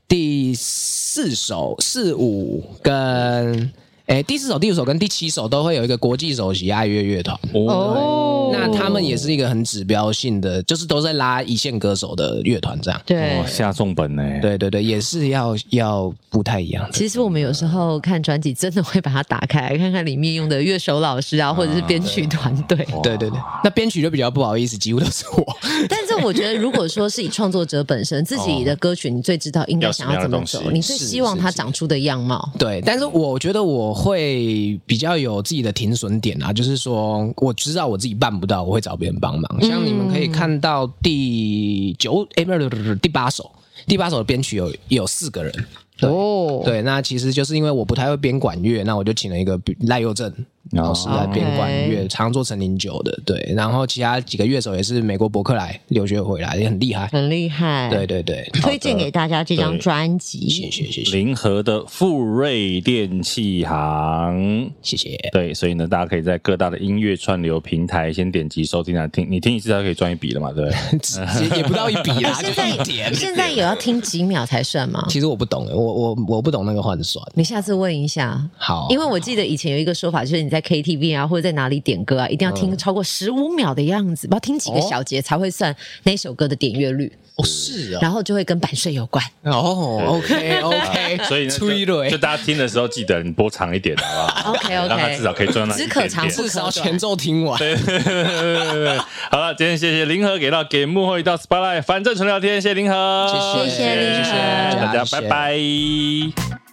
Speaker 1: 第四首、四五跟。哎，第四首、第五首跟第七首都会有一个国际首席爱乐乐团，
Speaker 4: 哦，
Speaker 1: 那他们也是一个很指标性的，就是都在拉一线歌手的乐团这样。
Speaker 4: 对
Speaker 3: 哇，。下重本呢、
Speaker 1: 对对对，也是要要不太一样的。
Speaker 4: 其实我们有时候看专辑，真的会把它打开来看看里面用的乐手老师啊，或者是编曲团队。
Speaker 1: 对哦对对，那编曲就比较不好意思，几乎都是我。
Speaker 4: 但是我觉得，如果说是以创作者本身自己
Speaker 1: 哦
Speaker 4: 的歌曲，你最知道应该想要怎么
Speaker 3: 要什么
Speaker 4: 走，
Speaker 3: 样的东西
Speaker 4: 你最希望它长出的样貌。
Speaker 1: 对，但是我觉得我会比较有自己的停损点啊，就是说我知道我自己办不到，我会找别人帮忙。像你们可以
Speaker 4: 嗯
Speaker 1: 看到第九哎不是不是不是第八首，第八首的编曲有有四个人。
Speaker 4: 哦，
Speaker 1: 对，那其实就是因为我不太会编管乐，那我就请了一个比赖佑正老师
Speaker 4: 哦
Speaker 1: 来编管乐，常做陈零九的。对，然后其他几个乐手也是美国伯克莱留学回来，也很厉害。
Speaker 4: 很厉害。
Speaker 1: 对，对对，
Speaker 4: 推荐给大家这张
Speaker 3: 对
Speaker 4: 专
Speaker 1: 谢
Speaker 4: 辑。
Speaker 1: 谢谢谢
Speaker 3: 临河的富瑞电器行。
Speaker 1: 谢 谢。
Speaker 3: 对，所以呢，大家可以在各大的音乐串流平台先点击收听啊，听你听一次，它可以赚一笔了嘛，对不 对？
Speaker 1: 也也不到一笔
Speaker 4: 哎
Speaker 1: 啦，就
Speaker 4: 现
Speaker 1: 一
Speaker 4: 在
Speaker 1: 点。
Speaker 4: 现在有要听几秒才算吗？
Speaker 1: 其实我不懂，我我我不懂那个换算。
Speaker 4: 你下次问一下，
Speaker 1: 好，
Speaker 4: 因为我记得以前有一个说法，就是你在 KTV 啊或者在哪里点歌啊，一定要
Speaker 1: 嗯
Speaker 4: 听超过十五秒的样子，不要听几个小节才会算那首歌的点阅率，
Speaker 1: 哦是啊，
Speaker 4: 然后就会跟版税有关。
Speaker 1: 哦，OK OK，
Speaker 3: 所以呢，
Speaker 1: 催
Speaker 3: 就
Speaker 1: 泪
Speaker 3: 就大家听的时候记得你播长一点，好 不好
Speaker 4: OK
Speaker 3: 让他
Speaker 4: OK，
Speaker 3: 至少可以赚到一
Speaker 4: 只
Speaker 3: 点
Speaker 4: 可
Speaker 3: 点。
Speaker 4: 长不
Speaker 1: 至少
Speaker 4: 可
Speaker 1: 前
Speaker 4: 短。
Speaker 1: 奏听完。
Speaker 3: 对 好了，今天谢谢林和给到给幕后一道 spotlight，反正纯聊天，谢谢林和，
Speaker 1: 谢谢谢谢
Speaker 4: 林和
Speaker 3: 大家，
Speaker 1: 谢谢
Speaker 3: 拜拜。